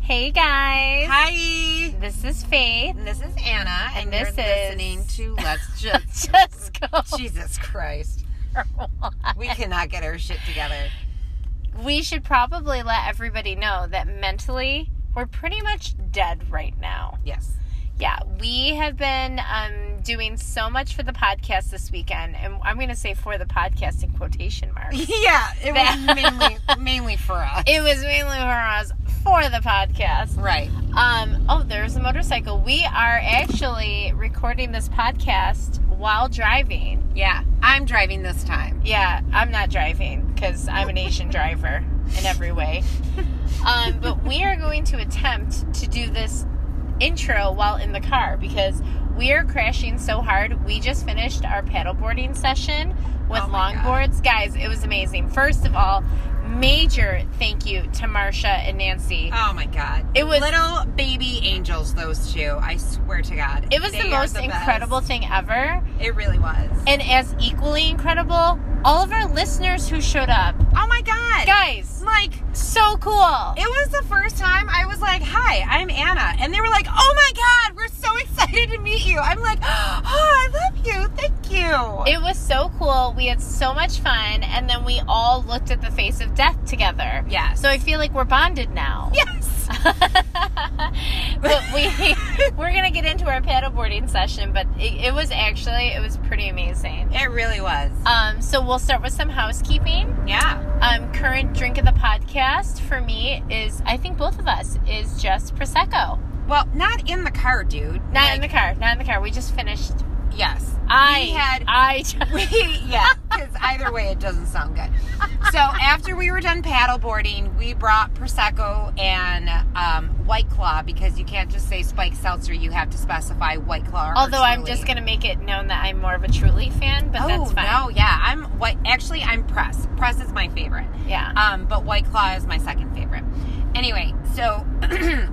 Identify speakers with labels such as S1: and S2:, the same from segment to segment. S1: Hey guys.
S2: Hi.
S1: This is Faith.
S2: And this is Anna, and,
S1: And this
S2: you're
S1: is-
S2: listening to Let's Just.
S1: Just go.
S2: Jesus Christ,
S1: for one.
S2: we cannot get our shit together.
S1: We should probably let everybody know that mentally we're pretty much dead right now.
S2: Yes.
S1: Yeah, we have been um, doing so much for the podcast this weekend, and I'm going to say for the podcast in quotation marks.
S2: Yeah, it was mainly mainly for us.
S1: It was mainly for us for the podcast.
S2: Right.
S1: Um, oh, there's a motorcycle. We are actually recording this podcast while driving.
S2: Yeah, I'm driving this time.
S1: Yeah, I'm not driving because I'm an Asian driver in every way. Um, but we are going to attempt to do this intro while in the car because we are crashing so hard. We just finished our paddleboarding session with
S2: Oh my
S1: longboards. Guys, it was amazing. First of all, major thank you to Marsha and Nancy.
S2: Oh my God.
S1: It was-
S2: little baby angels. Those two. I swear to God.
S1: it was
S2: They
S1: the
S2: are
S1: most
S2: best.
S1: incredible thing ever.
S2: It really was.
S1: And as equally incredible, all of our listeners who showed up.
S2: oh my God.
S1: Guys,
S2: Like
S1: so cool.
S2: It was the first time I was like, "Hi, I'm Anna," and they were like, "Oh my God, we're so excited to meet you!" I'm like, "Oh, I love you, thank you."
S1: It was so cool. We had so much fun, and then we all looked at the face of death together.
S2: yes,
S1: So I feel like we're bonded now.
S2: yes,
S1: but we we're gonna get into our paddleboarding session, but it, it was actually it was pretty amazing.
S2: it really was.
S1: Um, so we'll start with some housekeeping.
S2: Yeah,
S1: Um, current drink of the podcast for me is I think both of us is just prosecco.
S2: well, not in the car, dude.
S1: Not in the car. Not in the car. We just finished.
S2: the yes.
S1: I
S2: had-
S1: I
S2: We yeah, because either way, it doesn't sound good. So after we were done paddleboarding, we brought prosecco and um, White Claw because you can't just say Spike Seltzer; you have to specify White Claw. Or
S1: Although I'm
S2: Truly.
S1: just going to make it known that I'm more of a Truly fan, but
S2: oh
S1: that's fine.
S2: no, yeah, I'm what actually I'm press. Press is my favorite.
S1: Yeah.
S2: Um, but White Claw is my second favorite. Anyway, so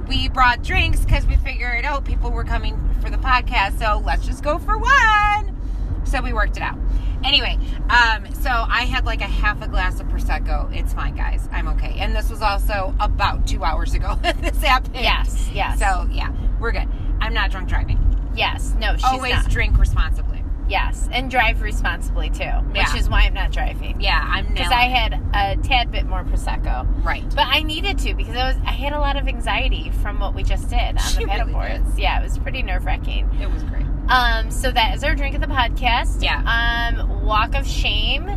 S2: we brought drinks because we figured, oh, people were coming for the podcast, so let's just go for one. So we worked it out. Anyway, um, so I had like a half a glass of prosecco. It's fine, guys. I'm okay. And this was also about two hours ago that this happened.
S1: yes, yes.
S2: So yeah, we're good. I'm not drunk driving.
S1: yes, no, she's
S2: Always
S1: not.
S2: drink responsibly.
S1: Yes, and drive responsibly too, which
S2: Yeah.
S1: is why I'm not driving.
S2: Yeah, I'm.
S1: Because
S2: nailing
S1: I
S2: it.
S1: had a tad bit more prosecco,
S2: right.
S1: but I needed to because I was I had a lot of anxiety from what we just did on
S2: She
S1: the
S2: really did.
S1: paddleboards. yeah, it was pretty nerve wracking.
S2: It was great.
S1: Um, so that is our drink of the podcast.
S2: Yeah.
S1: Um, walk of shame.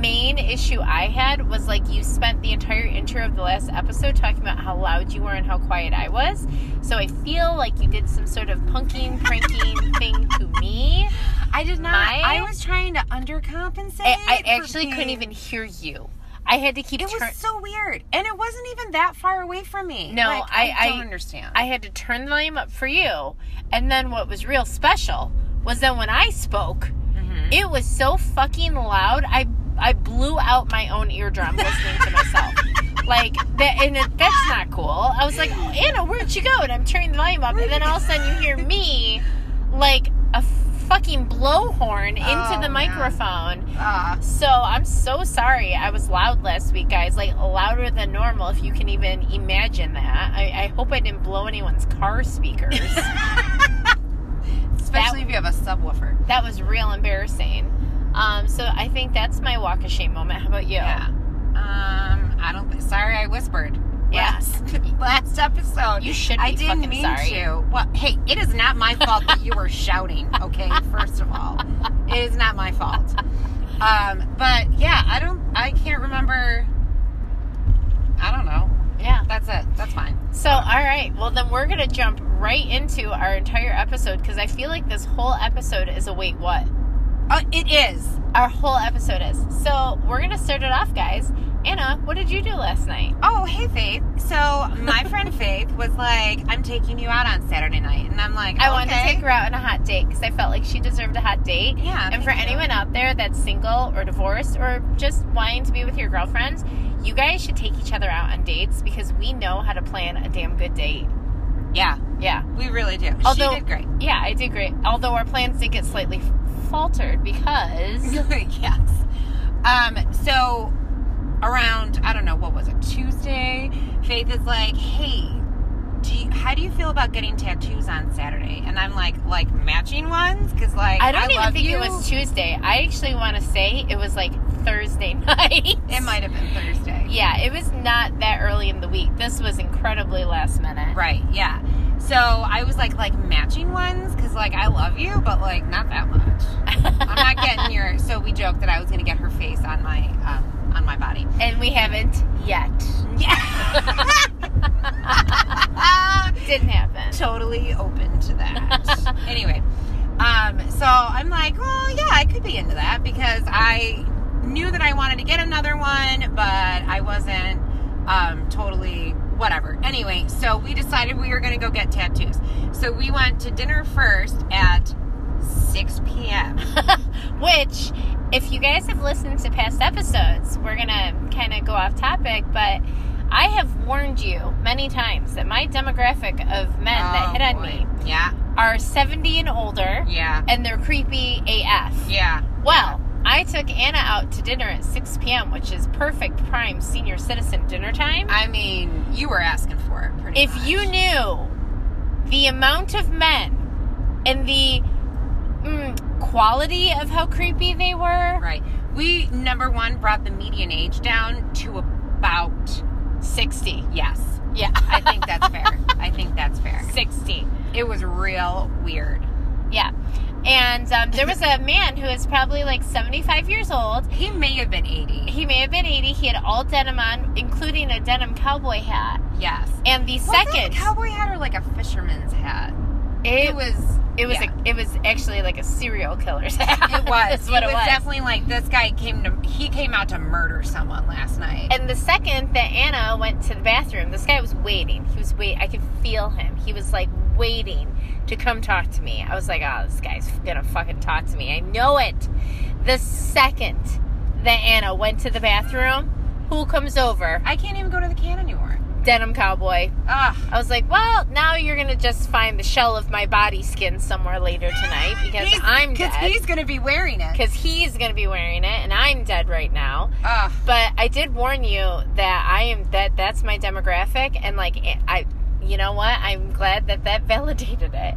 S1: Main issue I had was like you spent the entire intro of the last episode talking about how loud you were and how quiet I was. So I feel like you did some sort of punking, pranking thing to me.
S2: I did not.
S1: My-
S2: I was trying to undercompensate.
S1: I, I
S2: for
S1: actually couldn't
S2: being-
S1: even hear you. I had to keep.
S2: It
S1: turn-
S2: was so weird, and it wasn't even that far away from me.
S1: No,
S2: Like,
S1: I-
S2: don't
S1: I-
S2: understand.
S1: I had to turn the volume up for you. And then what was real special was then when I spoke,
S2: Mhm.
S1: it was so fucking loud. I I blew out my own eardrum listening to myself. Like that, and it, that's not cool. I was like, Anna, where'd you go? And I'm turning the volume up, and then all of a sudden you hear me, like a fucking blowhorn into
S2: Oh,
S1: the
S2: man.
S1: microphone.
S2: Ah,
S1: So I'm so sorry I was loud last week, guys. Like louder than normal, if you can even imagine that. I, I hope I didn't blow anyone's car speakers.
S2: especially if you have a subwoofer.
S1: that was real embarrassing. Um, so I think that's my walk of shame moment. How about you?
S2: Um, I don't. thi- Sorry, I whispered.
S1: Yes.
S2: Last, last episode.
S1: You should be
S2: I didn't
S1: fucking
S2: mean
S1: sorry.
S2: to. Well, hey, it is not my fault that you were shouting. Okay, first of all, it is not my fault. Um, but yeah, I don't. I can't remember. I don't know.
S1: Yeah.
S2: That's it. That's fine.
S1: So all right. Well, then we're gonna jump right into our entire episode because I feel like this whole episode is a wait what.
S2: Oh, it is.
S1: Our whole episode is. So we're gonna start it off, guys. Anna, what did you do last night?
S2: Oh, hey Faith. So my friend Faith was like, "I'm taking you out on Saturday night," and I'm like,
S1: I wanted to
S2: "Okay."
S1: take her out on a hot date because I felt like she deserved a hot date.
S2: Yeah.
S1: And
S2: thank
S1: for
S2: you.
S1: anyone out there that's single or divorced or just wanting to be with your girlfriends, you guys should take each other out on dates because we know how to plan a damn good date.
S2: yeah,
S1: Yeah.
S2: we really do.
S1: Although-
S2: she did great.
S1: Yeah, I do great. Although our plans did get slightly f- faltered because
S2: yes. Um, so around I don't know what was it Tuesday, Faith is like, "Hey, do you, how do you feel about getting tattoos on Saturday? And I'm like, like matching ones? Because, like,
S1: I don't even
S2: love
S1: think
S2: you.
S1: it was Tuesday. I actually want to say it was like Thursday night.
S2: It might have been Thursday.
S1: Yeah, it was not that early in the week. This was incredibly last minute.
S2: Right, yeah. So I was like, like matching ones, because like I love you, but like not that much. I'm not getting your. So we joked that I was gonna get her face on my um, on my body.
S1: and we haven't yet.
S2: Yeah.
S1: Didn't happen.
S2: totally open to that. anyway, um, so I'm like, well, yeah, I could be into that because I knew that I wanted to get another one, but I wasn't um, totally whatever. Anyway, so we decided we were going to go get tattoos. So we went to dinner first at 6 p.m.
S1: Which, if you guys have listened to past episodes, we're gonna kind of go off topic, but I have warned you many times that my demographic of men that
S2: Oh,
S1: hit on
S2: boy.
S1: me
S2: Yeah,
S1: are 70 and older,
S2: yeah,
S1: and they're creepy AF.
S2: yeah.
S1: Well, I took Anna out to dinner at 6 p.m., which is perfect prime senior citizen dinner time.
S2: I mean, you were asking for it pretty
S1: if
S2: much.
S1: you knew the amount of men and the mm, quality of how creepy they were,
S2: Right. We, number one, brought the median age down to about,
S1: 60.
S2: yes.
S1: Yeah.
S2: I think that's fair. I think that's fair.
S1: 60.
S2: It was real weird.
S1: Yeah. And um, there was a man who is probably like 75 years old.
S2: He may have been 80.
S1: He may have been 80. He had all denim on, including a denim cowboy hat.
S2: Yes.
S1: And the second,
S2: Was that a cowboy hat or like a fisherman's hat? It, was.
S1: It was
S2: yeah.
S1: a, it was actually like a serial killer's hat.
S2: It was.
S1: That's what it was.
S2: definitely like this guy came to. He came out to murder someone last night.
S1: and the second that Anna went to the bathroom, this guy was waiting. He was wait. I could feel him. He was like waiting to come talk to me. I was like, oh, this guy's gonna fucking talk to me. I know it. The second that Anna went to the bathroom, who comes over?
S2: I can't even go to the can anymore.
S1: Denim cowboy.
S2: Ugh.
S1: I was like, well, now you're gonna just find the shell of my body skin somewhere later tonight because
S2: He's-
S1: I'm dead.
S2: he's gonna be wearing it.
S1: because he's going to be wearing it and I'm dead right now.
S2: Ugh.
S1: But I did warn you that I am that that's my demographic and like eh, I you know what? I'm glad that that validated it.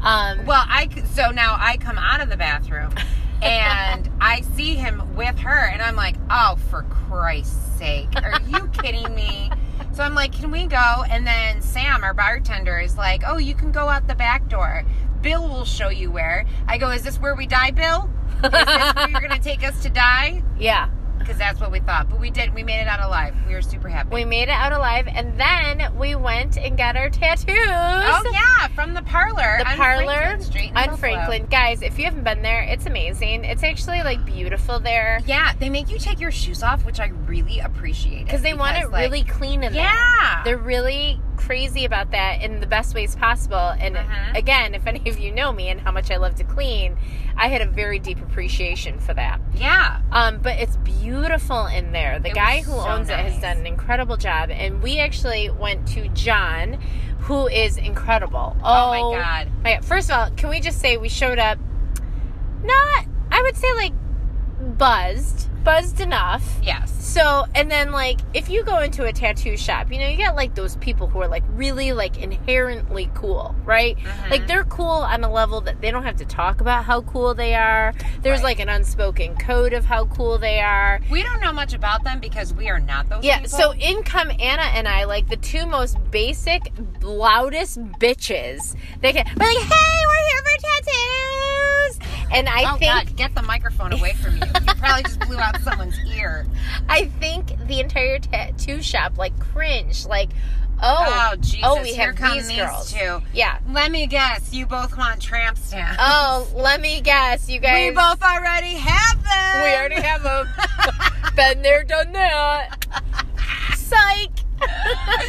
S1: Um
S2: Well, I c- so now I come out of the bathroom and I see him with her, and I'm like, oh, for Christ's sake, are you kidding me? So I'm like, can we go? And then Sam, our bartender, is like, oh, you can go out the back door. Bill will show you where. I go, is this where we die, Bill? Is this where you're gonna take us to die?
S1: yeah.
S2: Because that's what we thought, but we did. We made it out alive. We were super happy.
S1: We made it out alive and then we went and got our tattoos.
S2: oh yeah, from the parlor.
S1: The
S2: on
S1: parlor
S2: Franklin Street in
S1: On
S2: Buffalo.
S1: Franklin, guys, if you haven't been there, it's amazing. It's actually like beautiful there
S2: Yeah, they make you take your shoes off, which I really appreciate.
S1: because they want it
S2: like,
S1: really clean in there.
S2: Yeah.
S1: They're really crazy about that in the best ways possible. And
S2: Uh-huh.
S1: again, if any of you know me and how much I love to clean, I had a very deep appreciation for that.
S2: yeah.
S1: Um, but it's beautiful in there. The
S2: It
S1: guy
S2: was
S1: who
S2: so
S1: owns it has
S2: nice.
S1: done an incredible job. And we actually went to John, who is incredible.
S2: Oh, my god.
S1: my God. First of all, can we just say we showed up not, I would say like buzzed, buzzed enough.
S2: Yes.
S1: So, and then like if you go into a tattoo shop, you know, you got like those people who are like really like inherently cool, right?
S2: Mhm.
S1: Like they're cool on a level that they don't have to talk about how cool they are. There's
S2: Right.
S1: like an unspoken code of how cool they are.
S2: We don't know much about them because we are not those
S1: Yeah,
S2: people.
S1: so in come Anna and I, like the two most basic, loudest bitches. They can, we're like, hey, we're here for tattoos. And I
S2: oh
S1: think
S2: god, get the microphone away from you. You probably just blew out someone's ear.
S1: I think the entire tattoo shop like cringe, like,
S2: Oh,
S1: oh,
S2: Jesus.
S1: oh, we
S2: Here
S1: have
S2: come
S1: these
S2: these
S1: girls.
S2: two.
S1: yeah.
S2: Let me guess, you both want tramp stamps.
S1: Oh, let me guess, you guys.
S2: we both already have
S1: We
S2: them.
S1: already have them. Been there, done that. Psych.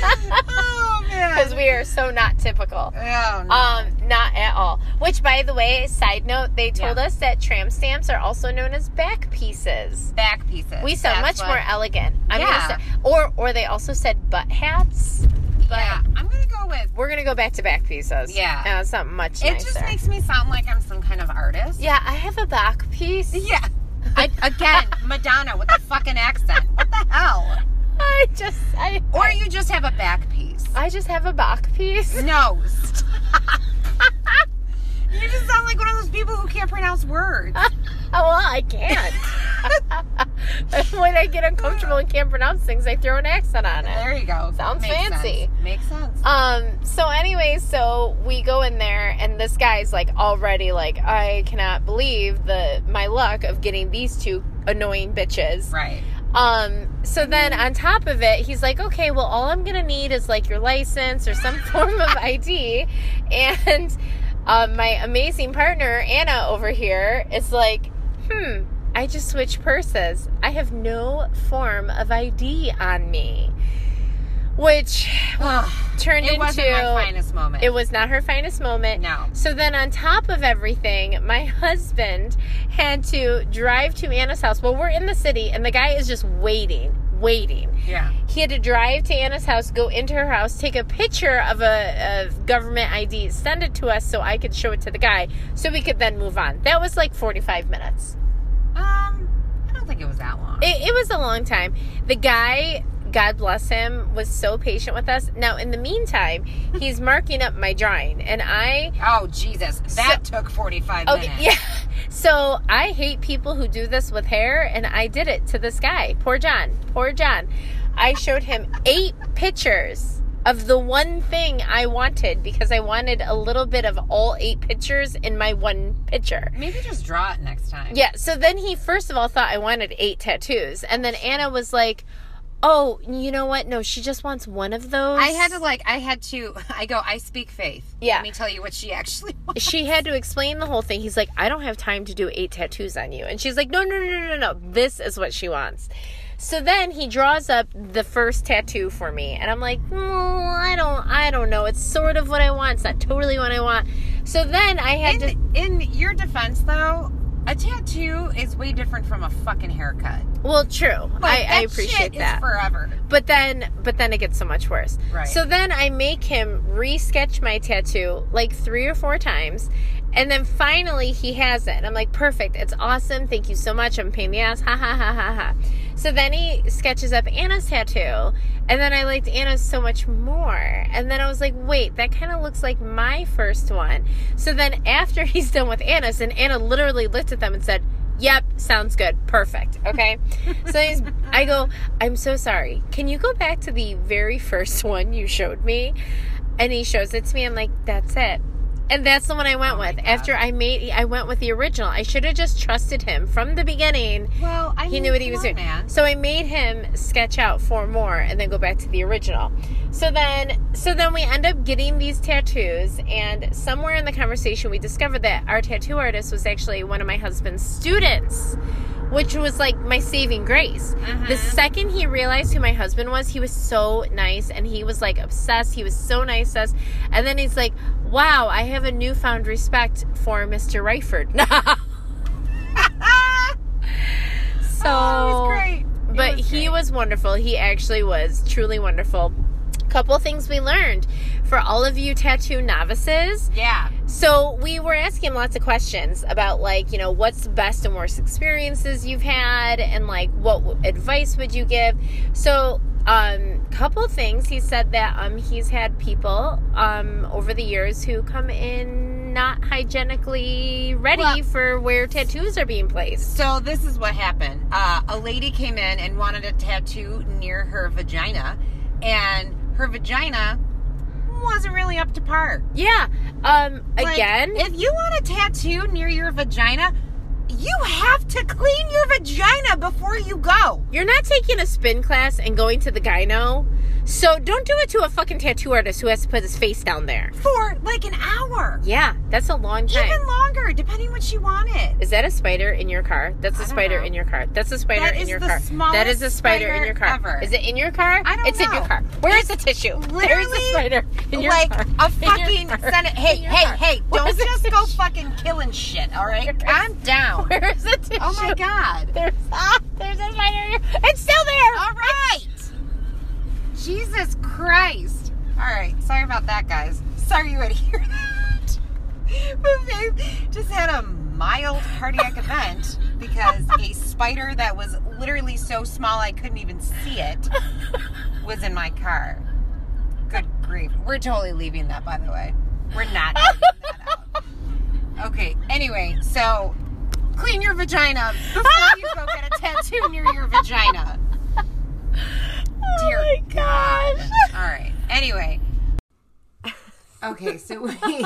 S2: oh man.
S1: Because we are so not typical.
S2: Oh no.
S1: Um, not at all. Which, by the way, side note, they told
S2: Yeah.
S1: us that tram stamps are also known as back pieces.
S2: Back pieces.
S1: We sound
S2: That's
S1: much
S2: what-
S1: more elegant. I'm
S2: Yeah.
S1: gonna say, or or they also said butt hats. but-
S2: yeah, I'm gonna go with
S1: We're gonna go back to back pieces.
S2: Yeah.
S1: uh, it's not much.
S2: It
S1: nicer.
S2: just makes me sound like I'm some kind of artist.
S1: Yeah, I have a back piece.
S2: Yeah. I, again, Madonna with the fucking accent. What the hell?
S1: I just I
S2: Or you just have a back piece.
S1: I just have a back piece.
S2: No. stop. you just sound like one of those people who can't pronounce words.
S1: oh, well, I can't. when I get uncomfortable and can't pronounce things, I throw an accent on it.
S2: There you go.
S1: Sounds
S2: sense.
S1: fancy.
S2: Makes sense.
S1: Um, so anyway, so we go in there and this guy's like already like, I cannot believe the my luck of getting these two annoying bitches.
S2: Right.
S1: Um, so then on top of it, he's like, okay, well, all I'm gonna need is like your license or some form of ID. And um, my amazing partner, Anna, over here, is like, hmm, I just switched purses. I have no form of ID on me. Which
S2: Ugh,
S1: turned
S2: it
S1: into.
S2: wasn't my finest moment.
S1: It was not her finest moment.
S2: No.
S1: So then, on top of everything, my husband had to drive to Anna's house. Well, we're in the city, and the guy is just waiting, waiting.
S2: Yeah.
S1: He had to drive to Anna's house, go into her house, take a picture of a, a government ID, send it to us so I could show it to the guy so we could then move on. That was like 45 minutes.
S2: Um, I don't think it was that long.
S1: It, it was a long time. The guy, God bless him, was so patient with us. Now, in the meantime, he's marking up my drawing, and I.
S2: oh Jesus, that took forty-five
S1: Okay,
S2: minutes.
S1: Oh, yeah. So I hate people who do this with hair, and I did it to this guy. Poor John. Poor John. I showed him eight pictures of the one thing I wanted because I wanted a little bit of all eight pictures in my one picture.
S2: Maybe just draw it next time.
S1: Yeah, so then he first of all thought I wanted eight tattoos, and then Anna was like, Oh, you know what? No, she just wants one of those.
S2: I had to like I had to I go I speak faith.
S1: Yeah.
S2: Let me tell you what she actually wants.
S1: she had to explain the whole thing. He's like, I don't have time to do eight tattoos on you. And she's like, No, no, no, no, no, no. This is what she wants. So then he draws up the first tattoo for me, and I'm like, "Mm, I don't, I don't know. It's sort of what I want. It's not totally what I want. So then I had to.
S2: In, in your defense though, a tattoo is way different from a fucking haircut.
S1: Well, true. I,
S2: Like,
S1: I
S2: that shit
S1: appreciate
S2: is
S1: that.
S2: forever.
S1: but then, but then it gets so much worse.
S2: Right.
S1: So then I make him re-sketch my tattoo like three or four times, and then finally he has it. And I'm like, perfect, it's awesome. Thank you so much. I'm paying the ass. Ha ha ha ha ha. So then he sketches up Anna's tattoo, and then I liked Anna's so much more. And then I was like, wait, that kind of looks like my first one. So then after he's done with Anna's, and Anna literally looked at them and said. Yep, sounds good. Perfect. Okay. so he's, I go, I'm so sorry. Can you go back to the very first one you showed me? And he shows it to me. I'm like, that's it. And that's the one I went
S2: Oh my
S1: with.
S2: God.
S1: After I made, I went with the original. I should have just trusted him from the beginning.
S2: Well, I
S1: He
S2: mean,
S1: knew what he
S2: come
S1: was
S2: on,
S1: doing.
S2: man.
S1: So I made him sketch out four more and then go back to the original. So then so then we end up getting these tattoos and somewhere in the conversation we discovered that our tattoo artist was actually one of my husband's students, which was like my saving grace.
S2: Uh-huh.
S1: The second he realized who my husband was, he was so nice and he was like obsessed. He was so nice to us. And then he's like, "Wow, I have a newfound respect for Mr. Ryford." now." so
S2: Ah, oh, it was great. It
S1: but
S2: was
S1: he
S2: great.
S1: was wonderful. He actually was truly wonderful. Couple things we learned for all of you tattoo novices.
S2: Yeah.
S1: So we were asking him lots of questions about like, you know, what's the best and worst experiences you've had and like what w- advice would you give? So um couple things he said that um he's had people um over the years who come in not hygienically ready
S2: Well-
S1: for where tattoos are being placed.
S2: So this is what happened. Uh, a lady came in and wanted a tattoo near her vagina, and her vagina wasn't really up to par.
S1: Yeah. Um
S2: Like,
S1: again,
S2: if you want a tattoo near your vagina, you have to clean your vagina before you go.
S1: You're not taking a spin class and going to the gyno. So don't do it to a fucking tattoo artist who has to put his face down there.
S2: For like an hour,
S1: Yeah, that's a long time.
S2: even longer, depending what she wanted.
S1: is that a spider in your car? That's
S2: I
S1: a
S2: don't
S1: spider
S2: know.
S1: in your car. That's a spider
S2: That
S1: in
S2: is
S1: your
S2: the
S1: car. That is a
S2: smallest
S1: spider, in
S2: spider
S1: your car.
S2: ever.
S1: Is it in your car?
S2: I don't
S1: it's in your
S2: know.
S1: car. Where is the tissue? There is
S2: literally
S1: a spider in your
S2: like
S1: car.
S2: a
S1: In your
S2: fucking
S1: car.
S2: senate. Hey,
S1: In your
S2: hey,
S1: car.
S2: hey!
S1: Where
S2: Don't
S1: is the
S2: just go
S1: tissue?
S2: fucking killing shit. All right, calm down.
S1: Where is the tissue?
S2: Oh my god.
S1: There's ah, there's a spider. in your- It's still there.
S2: All right. Jesus Christ. All right. Sorry about that, guys. Sorry you would hear that. But babe just had a mild cardiac event because a spider that was literally so small I couldn't even see it was in my car. Good grief. We're totally leaving that, by the way. We're not leaving that out. Okay, anyway, so clean your vagina before you go get a tattoo near your vagina. Dear
S1: oh my gosh.
S2: All right. Anyway. Okay, so we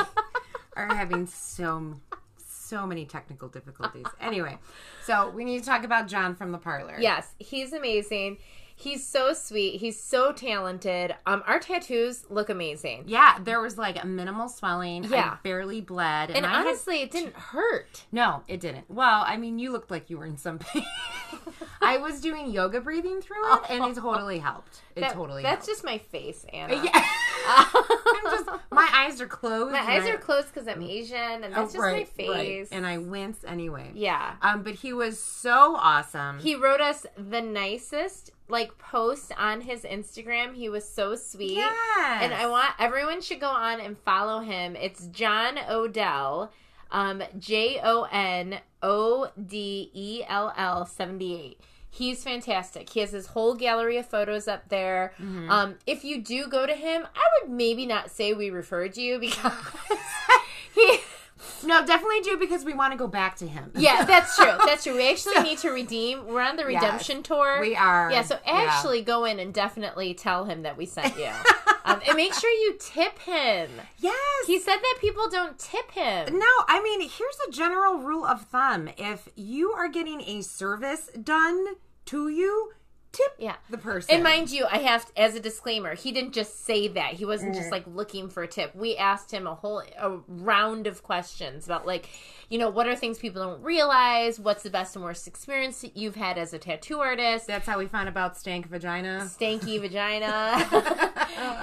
S2: are having so so many technical difficulties. Anyway, so we need to talk about John from the parlor.
S1: Yes, he's amazing. He's so sweet. He's so talented. Um, our tattoos look amazing.
S2: Yeah, there was like a minimal swelling.
S1: Yeah.
S2: I barely bled.
S1: And
S2: I had-
S1: honestly, it didn't hurt.
S2: no, it didn't. Well, I mean, you looked like you were in some pain. I was doing yoga breathing through it, and it totally helped. It
S1: That-
S2: totally
S1: That's
S2: helped.
S1: just my face, Anna.
S2: Yeah. I'm just, my eyes are closed.
S1: my
S2: and
S1: eyes
S2: I-
S1: are closed because I'm Asian, and
S2: Oh,
S1: that's just my
S2: right, right.
S1: face.
S2: And I wince anyway.
S1: yeah.
S2: Um, but he was so awesome.
S1: He wrote us the nicest like post on his Instagram. He was so sweet.
S2: Yes.
S1: And I want everyone should go on and follow him. It's John Odell, um, J O N O D E L L 78. He's fantastic. He has his whole gallery of photos up there. Um, if you do go to him, I would maybe not say we referred you because he.
S2: No, definitely do because we want to go back to him.
S1: Yeah, that's true. That's true. We actually need to redeem. We're on the redemption tour.
S2: we are.
S1: Yeah, so actually go in and definitely tell him that we sent you. um, and make sure you tip him.
S2: Yes.
S1: He said that people don't tip him.
S2: no, I mean, here's a general rule of thumb. If you are getting a service done to you, tip
S1: Yeah.
S2: the person.
S1: And mind you, I have as a disclaimer, he didn't just say that. He wasn't
S2: Mm-hmm.
S1: just like looking for a tip. We asked him a whole a round of questions about like, you know, what are things people don't realize? What's the best and worst experience that you've had as a tattoo artist?
S2: That's how we found about stank vagina.
S1: stanky vagina.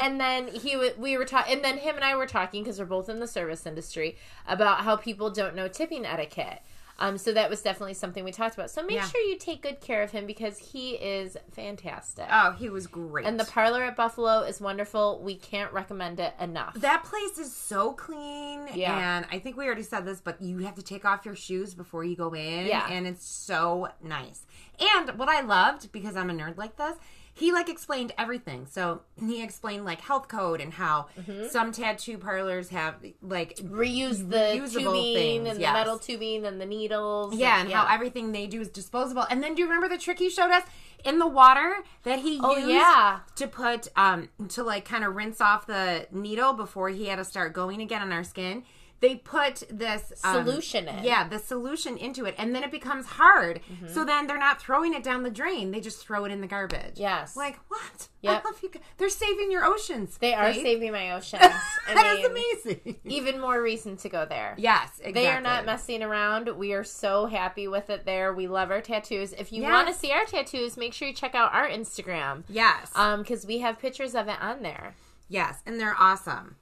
S1: and then he w- we were talking, and then him and I were talking because we're both in the service industry about how people don't know tipping etiquette. Um, so that was definitely something we talked about. So make
S2: Yeah.
S1: sure you take good care of him because he is fantastic.
S2: Oh, he was great.
S1: and the parlor at Buffalo is wonderful. We can't recommend it enough.
S2: that place is so clean.
S1: Yeah.
S2: And I think we already said this, but you have to take off your shoes before you go in.
S1: Yeah.
S2: And it's so nice. And what I loved, because I'm a nerd like this, he like explained everything. So he explained like health code and how
S1: Mm-hmm.
S2: some tattoo parlors have like
S1: Reuse the
S2: Reusable
S1: tubing
S2: things,
S1: and
S2: yes.
S1: the metal tubing and the needles.
S2: Yeah, and how everything they do is disposable. And then do you remember the trick he showed us in the water that he
S1: Oh,
S2: used
S1: yeah.
S2: to put um to like kind of rinse off the needle before he had to start going again on our skin? They put this um,
S1: Solution in. Mm-hmm.
S2: Yeah, the solution into it, and then it becomes hard. So then they're not throwing it down the drain; they just throw it in the garbage.
S1: Yes.
S2: like what?
S1: Yep.
S2: I love you. guys. They're saving your oceans.
S1: they are
S2: Faith.
S1: saving my oceans. I
S2: That is
S1: mean,
S2: amazing.
S1: Even more reason to go there.
S2: yes, exactly.
S1: They are not messing around. We are so happy with it there. We love our tattoos. If you
S2: Yes.
S1: want to see our tattoos, make sure you check out our Instagram.
S2: Yes,
S1: Um, because we have pictures of it on there.
S2: yes, and they're awesome.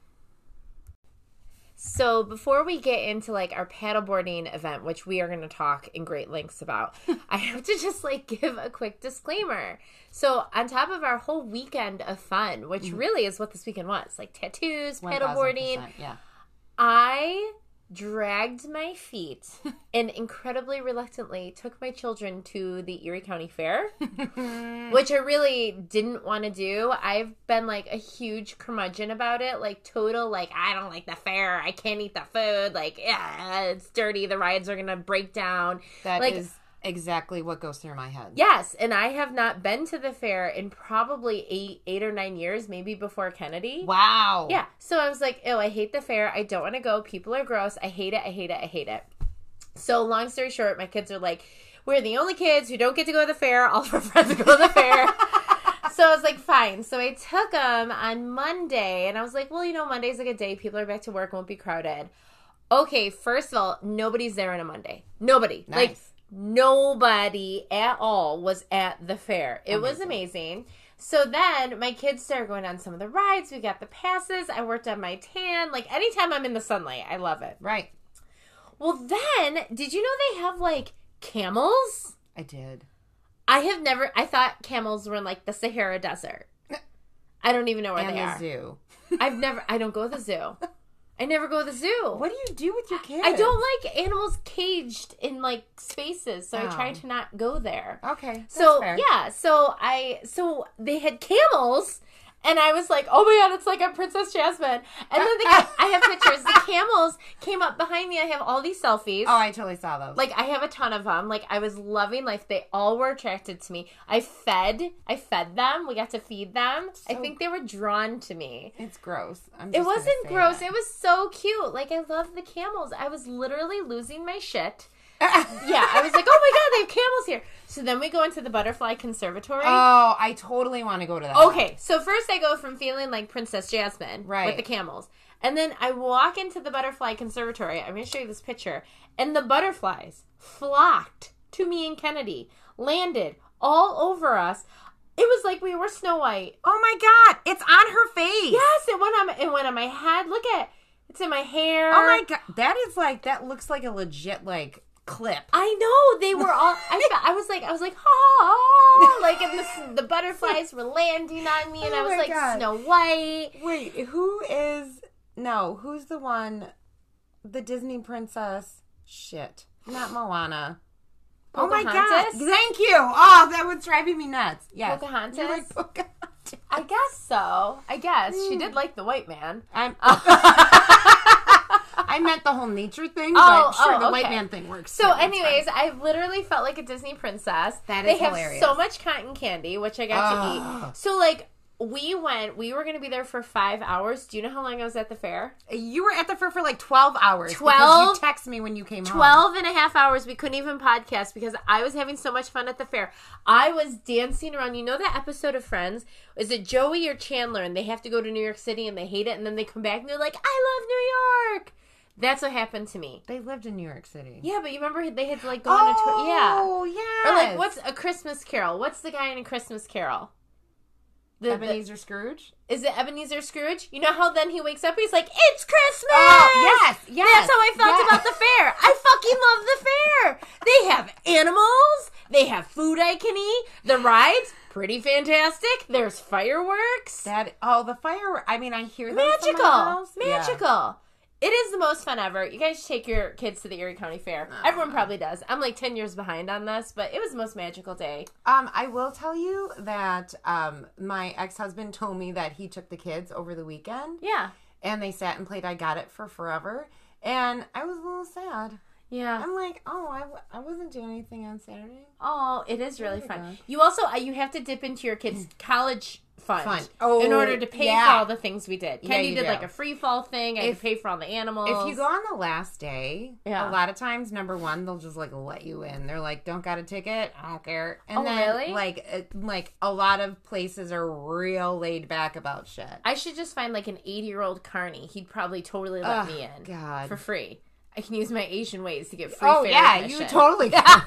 S1: So before we get into like our paddleboarding event, which we are going to talk in great lengths about, I have to just like give a quick disclaimer. So on top of our whole weekend of fun, which
S2: Mm-hmm.
S1: really is what this weekend was, like tattoos, paddleboarding,
S2: 1000%, Yeah.
S1: I dragged my feet and incredibly reluctantly took my children to the Erie County Fair, which I really didn't want to do. I've been like a huge curmudgeon about it, like total, like, I don't like the fair. I can't eat the food. Like, yeah, it's dirty. The rides are going to break down.
S2: That is
S1: Like-
S2: exactly what goes through my head.
S1: Yes, and I have not been to the fair in probably eight, eight or nine years, maybe before Kennedy.
S2: Wow.
S1: Yeah. So I was like, oh, I hate the fair. I don't want to go. People are gross. I hate it. I hate it. I hate it. So long story short, my kids are like, we're the only kids who don't get to go to the fair. All of our friends go to the fair. so I was like, fine. So I took them on Monday and I was like, well, you know, Monday's like a day. People are back to work, won't be crowded. Okay, first of all, nobody's there on a Monday. Nobody. Like,
S2: Nice.
S1: nobody at all was at the fair. It was amazing. So then my kids started going on some of the rides. We got the passes. I worked on my tan. Like, anytime I'm in the sunlight, I love it.
S2: Right.
S1: Well, then, did you know they have like camels?
S2: I did.
S1: I have never, I thought camels were in like the Sahara Desert. I don't even know where
S2: and
S1: they
S2: the
S1: are.
S2: zoo.
S1: I've never, I don't go to the zoo. I never go to the zoo.
S2: What do you do with your kids?
S1: I don't like animals caged in like spaces, so I
S2: Oh.
S1: try to not go there.
S2: Okay. that's
S1: So
S2: fair.
S1: yeah, so I so they had camels, and I was like, oh my god, it's like I'm Princess Jasmine. And then they, I have pictures. The camels came up behind me. I have all these selfies.
S2: Oh, I totally saw those.
S1: like I have a ton of them. Like I was loving life. They all were attracted to me. I fed. I fed them. We got to feed them. I
S2: So-
S1: think they were drawn to me.
S2: it's gross. I'm
S1: It
S2: just gonna
S1: wasn't
S2: say
S1: gross.
S2: that.
S1: It was so cute. Like I love the camels. I was literally losing my shit. Yeah, I was like, oh my god, they have camels here. So then we go into the butterfly conservatory.
S2: oh, I totally want to go to that.
S1: okay, so first I go from feeling like Princess Jasmine
S2: Right.
S1: with the camels, and then I walk into the butterfly conservatory. I'm going to show you this picture, and the butterflies flocked to me and Kennedy, landed all over us. It was like we were Snow White.
S2: Oh my god, it's on her face.
S1: Yes, it went on. my- It went on my head. Look at it's in my hair.
S2: Oh my god, that is like that looks like a legit like clip.
S1: I know they were all. I, fe- I was like, I was like, oh, like, and the, the butterflies were landing on me, and I
S2: Oh
S1: was
S2: my
S1: like,
S2: God.
S1: Snow White.
S2: Wait, who is no? Who's the one? The Disney princess? Shit, not Moana. Oh my god!
S1: Pocahontas?
S2: Thank you. Oh, that was driving me nuts. Yes,
S1: Pocahontas?
S2: You're like Pocahontas.
S1: I guess so. I guess she did like the white man.
S2: I'm.
S1: Oh.
S2: I meant the whole nature thing, but
S1: Oh,
S2: sure,
S1: oh,
S2: the white
S1: okay.
S2: man thing works.
S1: So,
S2: too.
S1: anyways, I literally felt like a Disney princess.
S2: That
S1: they
S2: is
S1: have
S2: hilarious.
S1: so much cotton candy, which I got to
S2: Ugh.
S1: eat. So, like, we went. We were going to be there for five hours. Do you know how long I was at the fair?
S2: you were at the fair for like twelve hours. because
S1: 12?
S2: You text me when you came home.
S1: 12 and a half hours we couldn't even podcast because i was having so much fun at the fair i was dancing around you know that episode of friends is it joey or chandler and they have to go to new york city and they hate it and then they come back and they're like i love new york that's what happened to me
S2: They lived in New York City.
S1: yeah but you remember they had to like go on a tour yeah
S2: Oh, yeah.
S1: or like what's a christmas carol what's the guy in a christmas carol the, the-
S2: Ebenezer Scrooge?
S1: is it Ebenezer Scrooge? You know how then he wakes up, he's like, "It's Christmas!"
S2: Oh, yes, yes,
S1: That's how I felt
S2: yes.
S1: about the fair. I fucking love the fair. They have animals. They have food I can eat. The rides, pretty fantastic. There's fireworks.
S2: That oh the fire I mean I hear them from my
S1: magical,
S2: house.
S1: magical. It is the most fun ever. You guys should take your kids to the Erie County Fair. Everyone probably does. I'm like ten years behind on this, but it was the most magical day.
S2: Yeah. Um I will tell you that um my ex-husband told me that he took the kids over the weekend
S1: Yeah,
S2: and they sat and played I Got It for Forever and I was a little sad.
S1: yeah.
S2: I'm like, "Oh, I, w- I wasn't doing anything on Saturday."
S1: Oh, it is really
S2: my
S1: fun.
S2: gosh.
S1: You also uh, you have to dip into your kids' college fund,
S2: Fund. Oh,
S1: in order to pay
S2: yeah.
S1: for all the things we did.
S2: Yeah,
S1: Kenny
S2: you
S1: did
S2: do.
S1: like a free fall thing. I had
S2: If-
S1: to pay for all the animals.
S2: If you go on the last day,
S1: Yeah.
S2: a lot of times, number one, they'll just like let you in. They're like, "Don't got a ticket, I don't care." And
S1: Oh,
S2: then,
S1: really?
S2: Like, it- like a lot of places are real laid back about shit.
S1: I should just find like an eighty-year-old carny. He'd probably totally let
S2: Ugh,
S1: me in
S2: God.
S1: for free. I can use my Asian ways to get free.
S2: oh
S1: fair
S2: yeah, you
S1: admission.
S2: totally.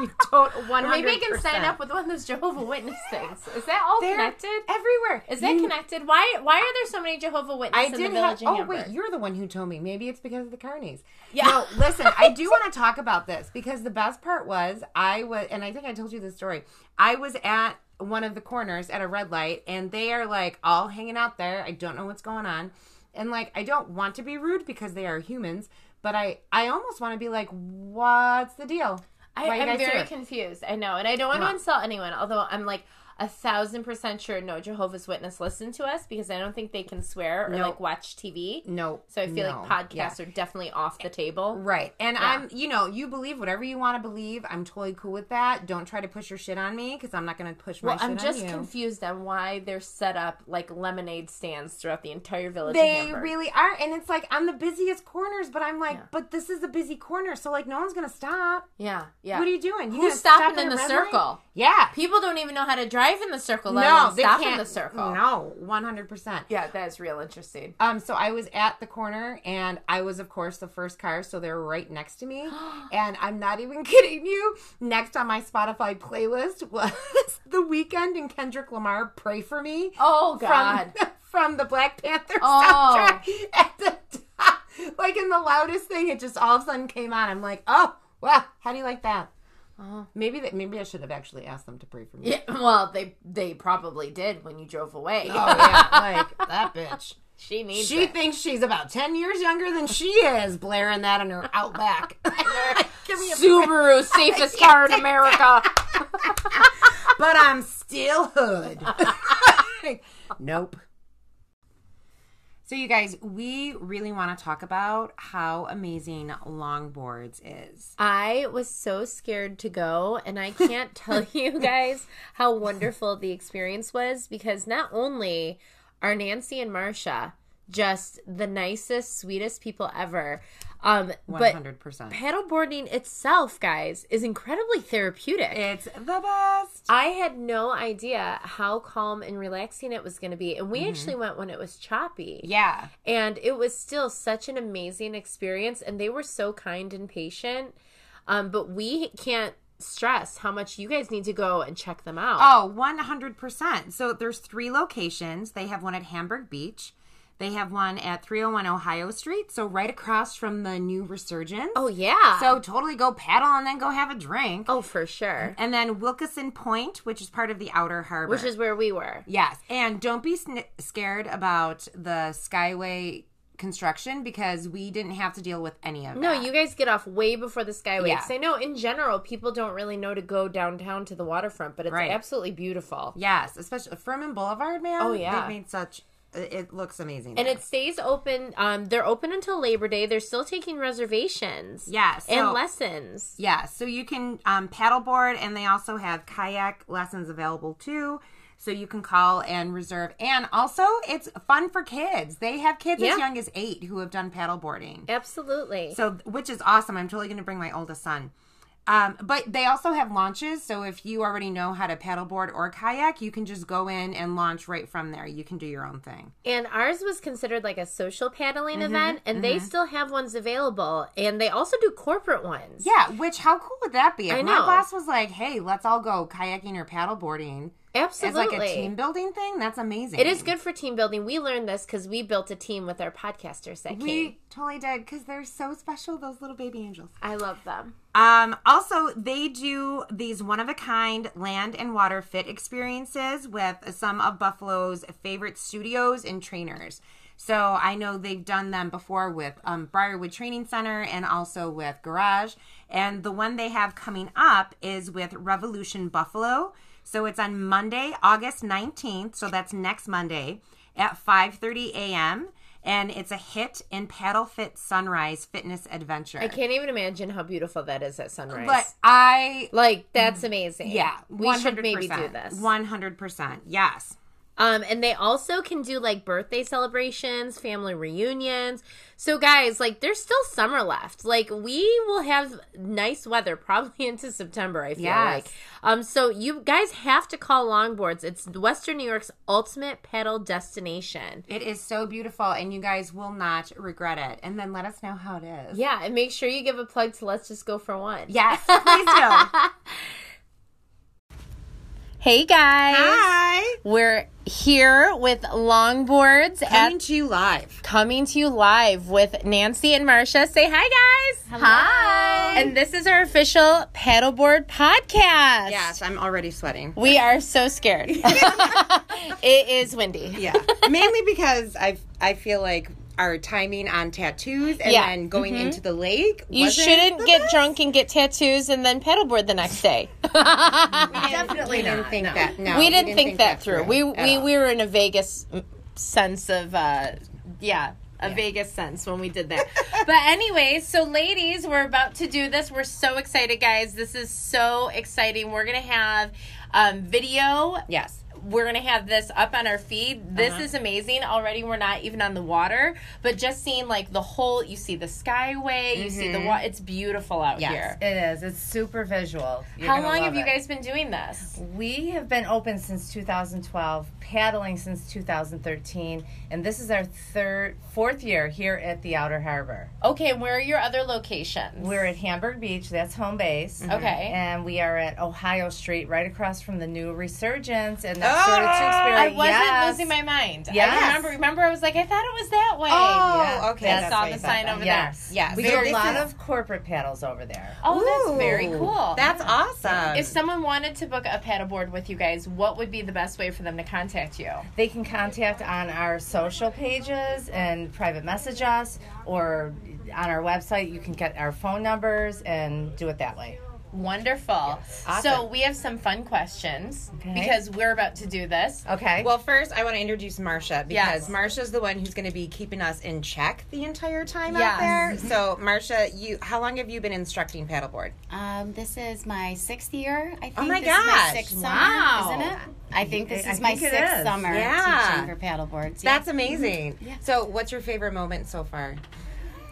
S2: you total one
S1: Or
S2: hundred.
S1: maybe I can sign up with one of those Jehovah Witness things. Is that all connected?
S2: everywhere.
S1: Is that
S2: You-
S1: connected? Why Why are there so many Jehovah
S2: I
S1: Witnesses in the
S2: didn't
S1: village
S2: have.
S1: in
S2: Oh
S1: Hamburg?
S2: wait, you're the one who told me. Maybe it's because of the carnies.
S1: Yeah.
S2: No, listen, I do want to talk about this because the best part was I was, and I think I told you this story. I was at one of the corners at a red light, and they are like all hanging out there. I don't know what's going on, and like I don't want to be rude because they are humans, but I I almost want to be like, what's the deal?
S1: I,
S2: Why you
S1: I'm
S2: guys
S1: very
S2: here?
S1: confused. I know, and I don't want to
S2: Huh.
S1: insult anyone. Although I'm like a thousand percent sure no Jehovah's Witness listen to us because I don't think they can swear or
S2: No.
S1: like watch TV.
S2: No,
S1: So I feel
S2: no,
S1: like podcasts
S2: yeah.
S1: are definitely off the table.
S2: Right. And I'm, you know, you believe whatever you want to believe. I'm totally cool with that. Don't try to push your shit on me because I'm not going to push my
S1: Well,
S2: shit
S1: I'm just
S2: on you.
S1: confused on why they're set up like lemonade stands throughout the entire village. of
S2: They
S1: Hamburg.
S2: really are. And it's like on the busiest corners, but I'm like, but this is a busy corner. So, like, no one's going to stop.
S1: yeah, yeah.
S2: What are you doing? You
S1: Who's
S2: gonna
S1: stopping
S2: stop
S1: in
S2: at a
S1: the
S2: red light?
S1: circle?
S2: Yeah.
S1: People don't even know how to drive in the circle. Let
S2: no,
S1: alone
S2: they
S1: stop
S2: can't.
S1: in the circle.
S2: No, 100%.
S1: Yeah, that is real interesting.
S2: Um, so I was at the corner and I was, of course, the first car, so they're right next to me. and I'm not even kidding you. Next on my Spotify playlist was The Weekend and Kendrick Lamar Pray for Me.
S1: Oh
S2: from,
S1: God.
S2: From the Black Panther
S1: Oh.
S2: soundtrack at the top. Like in the loudest thing, it just all of a sudden came on. I'm like, oh wow, how do you like that?
S1: Oh.
S2: Maybe that maybe I should have actually asked them to pray for me.
S1: yeah, well, they they probably did when you drove away.
S2: Oh yeah, like that bitch.
S1: She needs
S3: She
S1: it.
S3: thinks she's about 10 years younger than she is, blaring that in her Outback.
S1: Subaru, safest car in America.
S3: but I'm still hood. nope.
S2: So, you guys, we really want to talk about how amazing longboards is.
S1: I was so scared to go, and I can't tell you guys how wonderful the experience was because not only are Nancy and Marsha just the nicest, sweetest people ever, um, but
S2: 100%.
S1: paddleboarding itself, guys, is incredibly therapeutic.
S2: it's the best.
S1: I had no idea how calm and relaxing it was going to be, and we actually went when it was choppy.
S2: Mm-hmm. Yeah.
S1: And it was still such an amazing experience, and they were so kind and patient. Um, but we can't stress how much you guys need to go and check them out.
S2: Oh, 100%. So there's three locations. They have one at Hamburg Beach. They have one at 301 Ohio Street, so right across from the new Resurgence.
S1: Oh, yeah.
S2: So totally go paddle and then go have a drink.
S1: oh, for sure.
S2: And then Wilkeson Point, which is part of the Outer Harbor.
S1: Which is where we were.
S2: Yes. And don't be sn- scared about the Skyway construction because we didn't have to deal with any of
S1: No,
S2: that.
S1: you guys get off way before the Skyway.
S2: Yeah.
S1: Because I know in general people don't really know to go downtown to the waterfront, but it's
S2: Right.
S1: absolutely beautiful.
S2: Yes, especially Furman Boulevard, man.
S1: Oh, yeah.
S2: They've made such it- it looks amazing.
S1: And
S2: there.
S1: it stays open. Um, they're open until Labor Day. They're still taking reservations.
S2: Yeah, so-
S1: and lessons.
S2: Yeah, so you can um, paddleboard, and they also have kayak lessons available too. So you can call and reserve. And also, it's fun for kids. They have kids
S1: Yeah.
S2: as young as eight who have done paddleboarding.
S1: Absolutely.
S2: So, which is awesome. I'm totally going to bring my oldest son. Um, but they also have launches. So if you already know how to paddleboard or kayak, you can just go in and launch right from there. You can do your own thing.
S1: And ours was considered like a social paddling
S2: Mm-hmm,
S1: event, and they still have ones available, and they also do corporate ones.
S2: Yeah, which how cool would that be? If
S1: I
S2: my
S1: know.
S2: class was like, "Hey, let's all go kayaking or paddleboarding." It's
S1: absolutely.
S2: like a team building thing. That's amazing.
S1: It is good for team building. We learned this because we built a team with our podcasters that came.
S2: We totally did because they're so special, those little baby angels.
S1: I love them.
S2: Um, also, they do these one of a kind land and water fit experiences with some of Buffalo's favorite studios and trainers. So I know they've done them before with um, Briarwood Training Center and also with Garage. And the one they have coming up is with Revolution Buffalo. So it's on Monday, August 19th. So that's next Monday at 5:30 a.m. And it's a hit and paddle fit sunrise fitness adventure.
S1: I can't even imagine how beautiful that is at sunrise.
S2: But I
S1: like that's amazing.
S2: yeah,
S1: we should maybe do this.
S2: One hundred percent. Yes.
S1: Um, and they also can do like birthday celebrations, family reunions. So, guys, like there's still summer left. Like we will have nice weather probably into September. I feel
S2: Yes.
S1: like. Um, so you guys have to call longboards. It's Western New York's ultimate pedal destination.
S2: It is so beautiful, and you guys will not regret it. And then let us know how it is.
S1: Yeah, and make sure you give a plug to Let's Just Go for One.
S2: Yes, please do.
S4: Hey guys.
S2: Hi.
S4: We're here with longboards
S2: Coming
S4: at
S2: to you live.
S4: coming to you live with Nancy and Marcia. Say hi guys.
S1: Hi.
S4: And this is our official paddleboard podcast.
S2: Yes, I'm already sweating.
S4: We are so scared. it is windy.
S2: Yeah, mainly because I I feel like our timing on tattoos and
S4: Yeah.
S2: then going into the lake.
S4: You
S2: wasn't
S4: shouldn't
S2: the
S4: get
S2: best.
S4: drunk and get tattoos and then paddleboard the next day.
S2: We definitely didn't think that. No,
S4: we didn't think, that through. We
S2: at
S4: we,
S2: all.
S4: we were in a Vegas mm, sense of uh yeah, a Vegas sense when we did that. but anyways, so ladies, we're about to do this. We're so excited, guys. This is so exciting. We're going to have um video
S2: yes.
S4: we're gonna have this up on our feed. This is amazing. Already, we're not even on the water, but just seeing like the whole. You see the skyway. You see the water. It's beautiful out here.
S5: Yes, it is. It's super visual. You're
S4: How
S5: gonna
S4: long
S5: love
S4: have you
S5: it.
S4: guys been doing this?
S5: We have been open since 2012, paddling since 2013, and this is our third, fourth year here at the Outer Harbor.
S4: Okay, and where are your other locations?
S5: We're at Hamburg Beach, that's home base.
S1: Mm-hmm.
S4: Okay.
S5: And we are at Ohio Street, right across from the new Resurgence, and then Absurd Tewksbury.
S1: Oh, I wasn't
S5: yes.
S1: losing my mind. I
S5: Yes.
S1: remember. Remember, I was like, I thought it was that way.
S2: Oh,
S5: Yeah,
S2: okay.
S1: I
S5: that's
S1: saw
S2: what
S1: the
S2: you thought
S1: sign
S2: then.
S1: over
S5: Yes.
S1: there.
S2: Yeah,
S5: We
S2: very
S5: do a lot
S2: different.
S5: of corporate paddles over there.
S1: Oh, that's very
S2: Ooh.
S1: cool.
S2: That's awesome.
S1: if someone wanted to book a paddleboard with you guys, what would be the best way for them to contact you?
S5: They can contact on our social pages and private message us, or on our website, you can get our phone numbers and do it that way.
S1: Wonderful. So
S2: Awesome.
S1: we have some fun questions
S5: Okay.
S1: because we're about to do this.
S5: Okay.
S2: Well, first, I want to introduce Marsha
S1: Yes.
S2: because Marsha's the one who's going to be keeping us in check the entire time
S1: Yes.
S2: out there. So, Marsha, you how long have you been instructing paddleboard?
S6: Um, this is my sixth year. I think
S2: Oh my
S6: this is my
S2: gosh.
S6: sixth
S1: Wow.
S6: summer, isn't it? I think this
S5: I- I
S6: is my
S5: think it
S6: sixth
S5: is.
S6: summer
S2: Yeah.
S6: teaching for paddleboards.
S2: That's amazing. So, what's your favorite moment so far?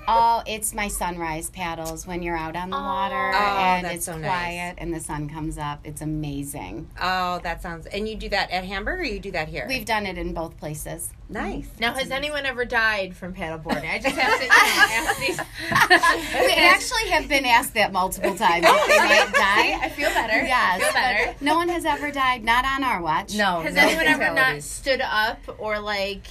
S6: oh, it's my sunrise paddles when you're out on the water
S2: Oh,
S6: and
S2: that's
S6: it's
S2: so nice.
S6: quiet and the sun comes up. It's amazing.
S2: Oh, that sounds. And you do that at Hamburg or you do that here?
S6: We've done it in both places.
S2: nice.
S1: Now, has anyone ever died from paddleboarding? I just have to you know, ask these.
S6: We actually have been asked that multiple times. if they might die.
S1: I feel better.
S6: Yes,
S1: I feel better.
S6: but no one has ever died. Not on our watch.
S5: no.
S1: Has
S5: no
S1: anyone ever not
S5: fatalities.
S1: stood up or like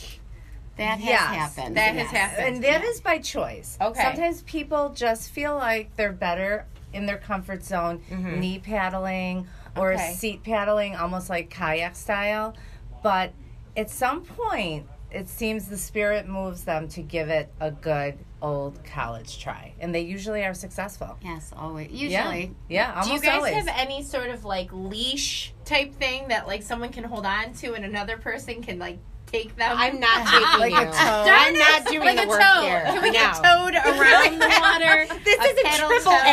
S6: that has
S5: Yes,
S6: happened.
S1: that
S6: yes.
S1: has happened?
S5: And that is by choice.
S1: Okay.
S5: Sometimes people just feel like they're better in their comfort zone, knee paddling or
S1: Okay.
S5: seat paddling, almost like kayak style. But at some point, it seems the spirit moves them to give it a good old college try, and they usually are successful.
S6: Yes, always.
S5: Yeah,
S6: Usually.
S5: yeah, almost
S1: Do you guys
S5: always.
S1: have any sort of like leash type thing that like someone can hold on to and another person can like take them?
S2: I'm not taking
S5: like
S2: you.
S5: a toe.
S2: I'm not doing
S1: like
S2: the
S1: a
S2: work
S1: toad.
S2: here.
S1: Can we get
S2: No.
S1: towed around the water?
S2: This is a
S1: pedal
S2: triple
S1: toe.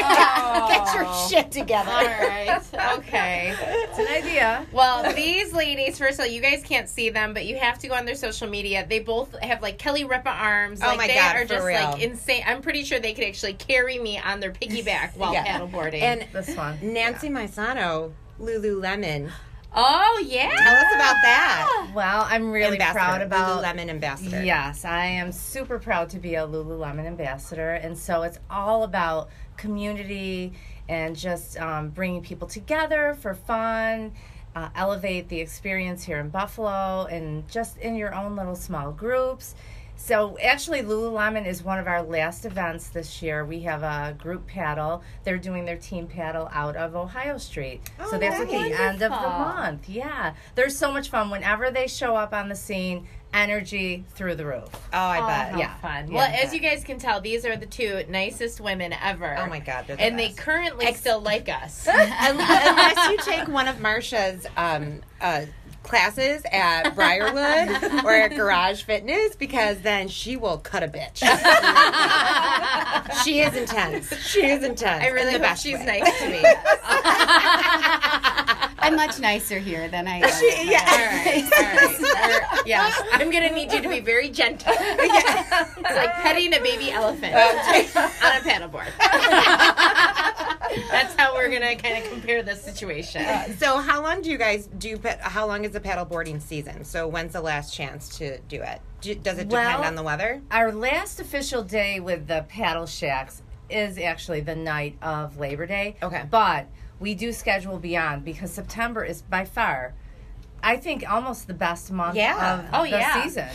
S2: A.
S7: Get your
S2: Oh.
S7: shit together.
S1: All right. Okay.
S5: It's an idea.
S1: Well, these ladies, first of all, you guys can't see them, but you have to go on their social media. They both have like Kelly Ripa arms.
S2: Oh
S1: like
S2: my
S1: they
S2: God,
S1: are
S2: for
S1: just like
S2: real.
S1: insane. I'm pretty sure they could actually carry me on their piggyback while
S2: Yeah.
S1: paddleboarding.
S2: And
S5: This one.
S2: Nancy Misano, Lululemon.
S1: oh yeah.
S2: Tell us about that.
S5: Well, I'm really
S2: ambassador,
S5: proud about
S2: Lululemon ambassador.
S5: Yes, I am super proud to be a Lululemon ambassador. And so it's all about community and just um, bringing people together for fun, uh, elevate the experience here in Buffalo and just in your own little small groups. So actually, Lululemon is one of our last events this year. We have a group paddle. They're doing their team paddle out of Ohio Street. so that's at the end of the month. Yeah, there's so much fun whenever they show up on the scene. Energy through the roof.
S2: Oh, I bet.
S1: How
S5: yeah.
S1: fun.
S5: Yeah.
S1: Well, as you guys can tell, these are the two nicest women ever.
S2: Oh my God. they're the
S1: And they
S2: best.
S1: currently still like us.
S2: unless you take one of Marsha's um, uh, classes at Briarwood or at Garage Fitness, because then she will cut a bitch. she is intense. She is intense.
S1: I really
S2: In the
S1: hope
S2: best
S1: she's
S2: way.
S1: nice to me.
S6: I'm much nicer here than I am. at my
S2: yeah.
S6: house.
S1: All right, all right. Or- yes, I'm gonna need you to be very gentle. It's like petting a baby elephant on a paddleboard. That's how we're gonna kind of compare this situation.
S2: So, how long do you guys do? pa- How long is the paddleboarding season? So, when's the last chance to do it? Do, does it depend
S5: Well,
S2: on the weather?
S5: Our last official day with the paddle shacks is actually the night of Labor Day.
S2: Okay.
S5: But we do schedule beyond because September is by far, I think, almost the best month
S2: Yeah.
S5: of
S1: Oh,
S5: the
S1: yeah.
S5: season.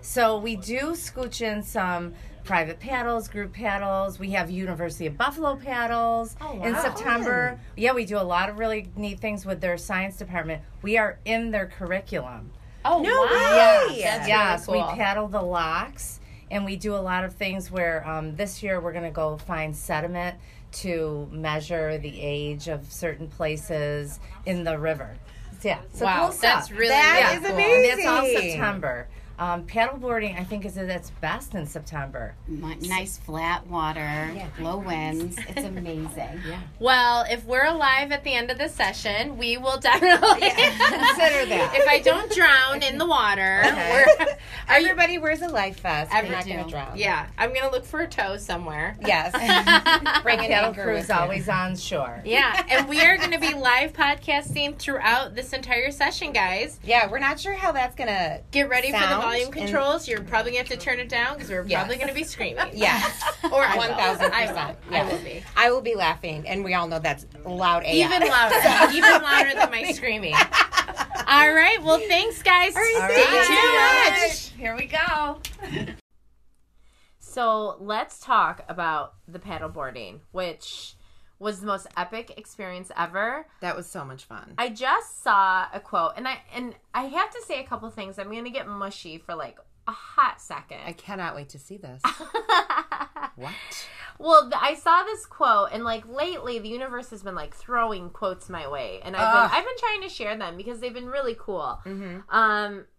S5: So we do scooch in some private paddles, group paddles. We have University of Buffalo paddles in September. Yeah, we do a lot of really neat things with their science department. We are in their curriculum.
S1: Oh
S2: No
S1: wow.
S2: way.
S1: That's
S5: Yes,
S1: really
S5: we
S1: cool.
S5: paddle the locks, and we do a lot of things where um, this year we're going to go find sediment to measure the age of certain places in the river. Yeah, so
S1: Wow,
S5: cool stuff.
S1: that's really
S2: That
S1: really
S2: is
S1: cool.
S2: amazing.
S5: And that's all September. Um, paddleboarding, I think, is at its best in September.
S6: My, nice flat water, low winds. It's amazing. yeah.
S1: Well, if we're alive at the end of the session, we will definitely
S5: Consider that.
S1: if I don't drown in the water, we're- are you-
S2: Everybody wears a life vest. We're not going to
S6: do.
S2: drown.
S1: yeah, I'm gonna look for a toe somewhere.
S2: Yes. Bring an
S5: Paddle
S2: anchor
S5: crew
S2: with
S5: is
S2: you.
S5: always on shore.
S1: Yeah, and we are going to be live podcasting throughout this entire session, guys.
S2: Yeah, we're not sure how that's gonna
S1: Get ready for the
S2: Sound.
S1: volume controls, you're probably gonna have to turn it down because we're
S8: Yes.
S1: probably gonna be screaming.
S8: Yes.
S1: Or I will.
S8: 1000%.
S1: I will. I will be.
S8: I will be laughing, and we all know that's loud AF.
S1: Even louder. even louder than my screaming. All right. Well, thanks, guys. Stay tuned.
S6: Here we go.
S1: So let's talk about the paddleboarding, which was the most epic experience ever.
S2: That was so much fun.
S1: I just saw a quote, and I and I have to say a couple things. I'm gonna get mushy for like a hot second.
S2: I cannot wait to see this. What?
S1: Well, th- I saw this quote, and like lately, the universe has been like throwing quotes my way, and I've
S2: Ugh. Mm-hmm.
S1: been I've been trying to share them because they've been really cool. Um,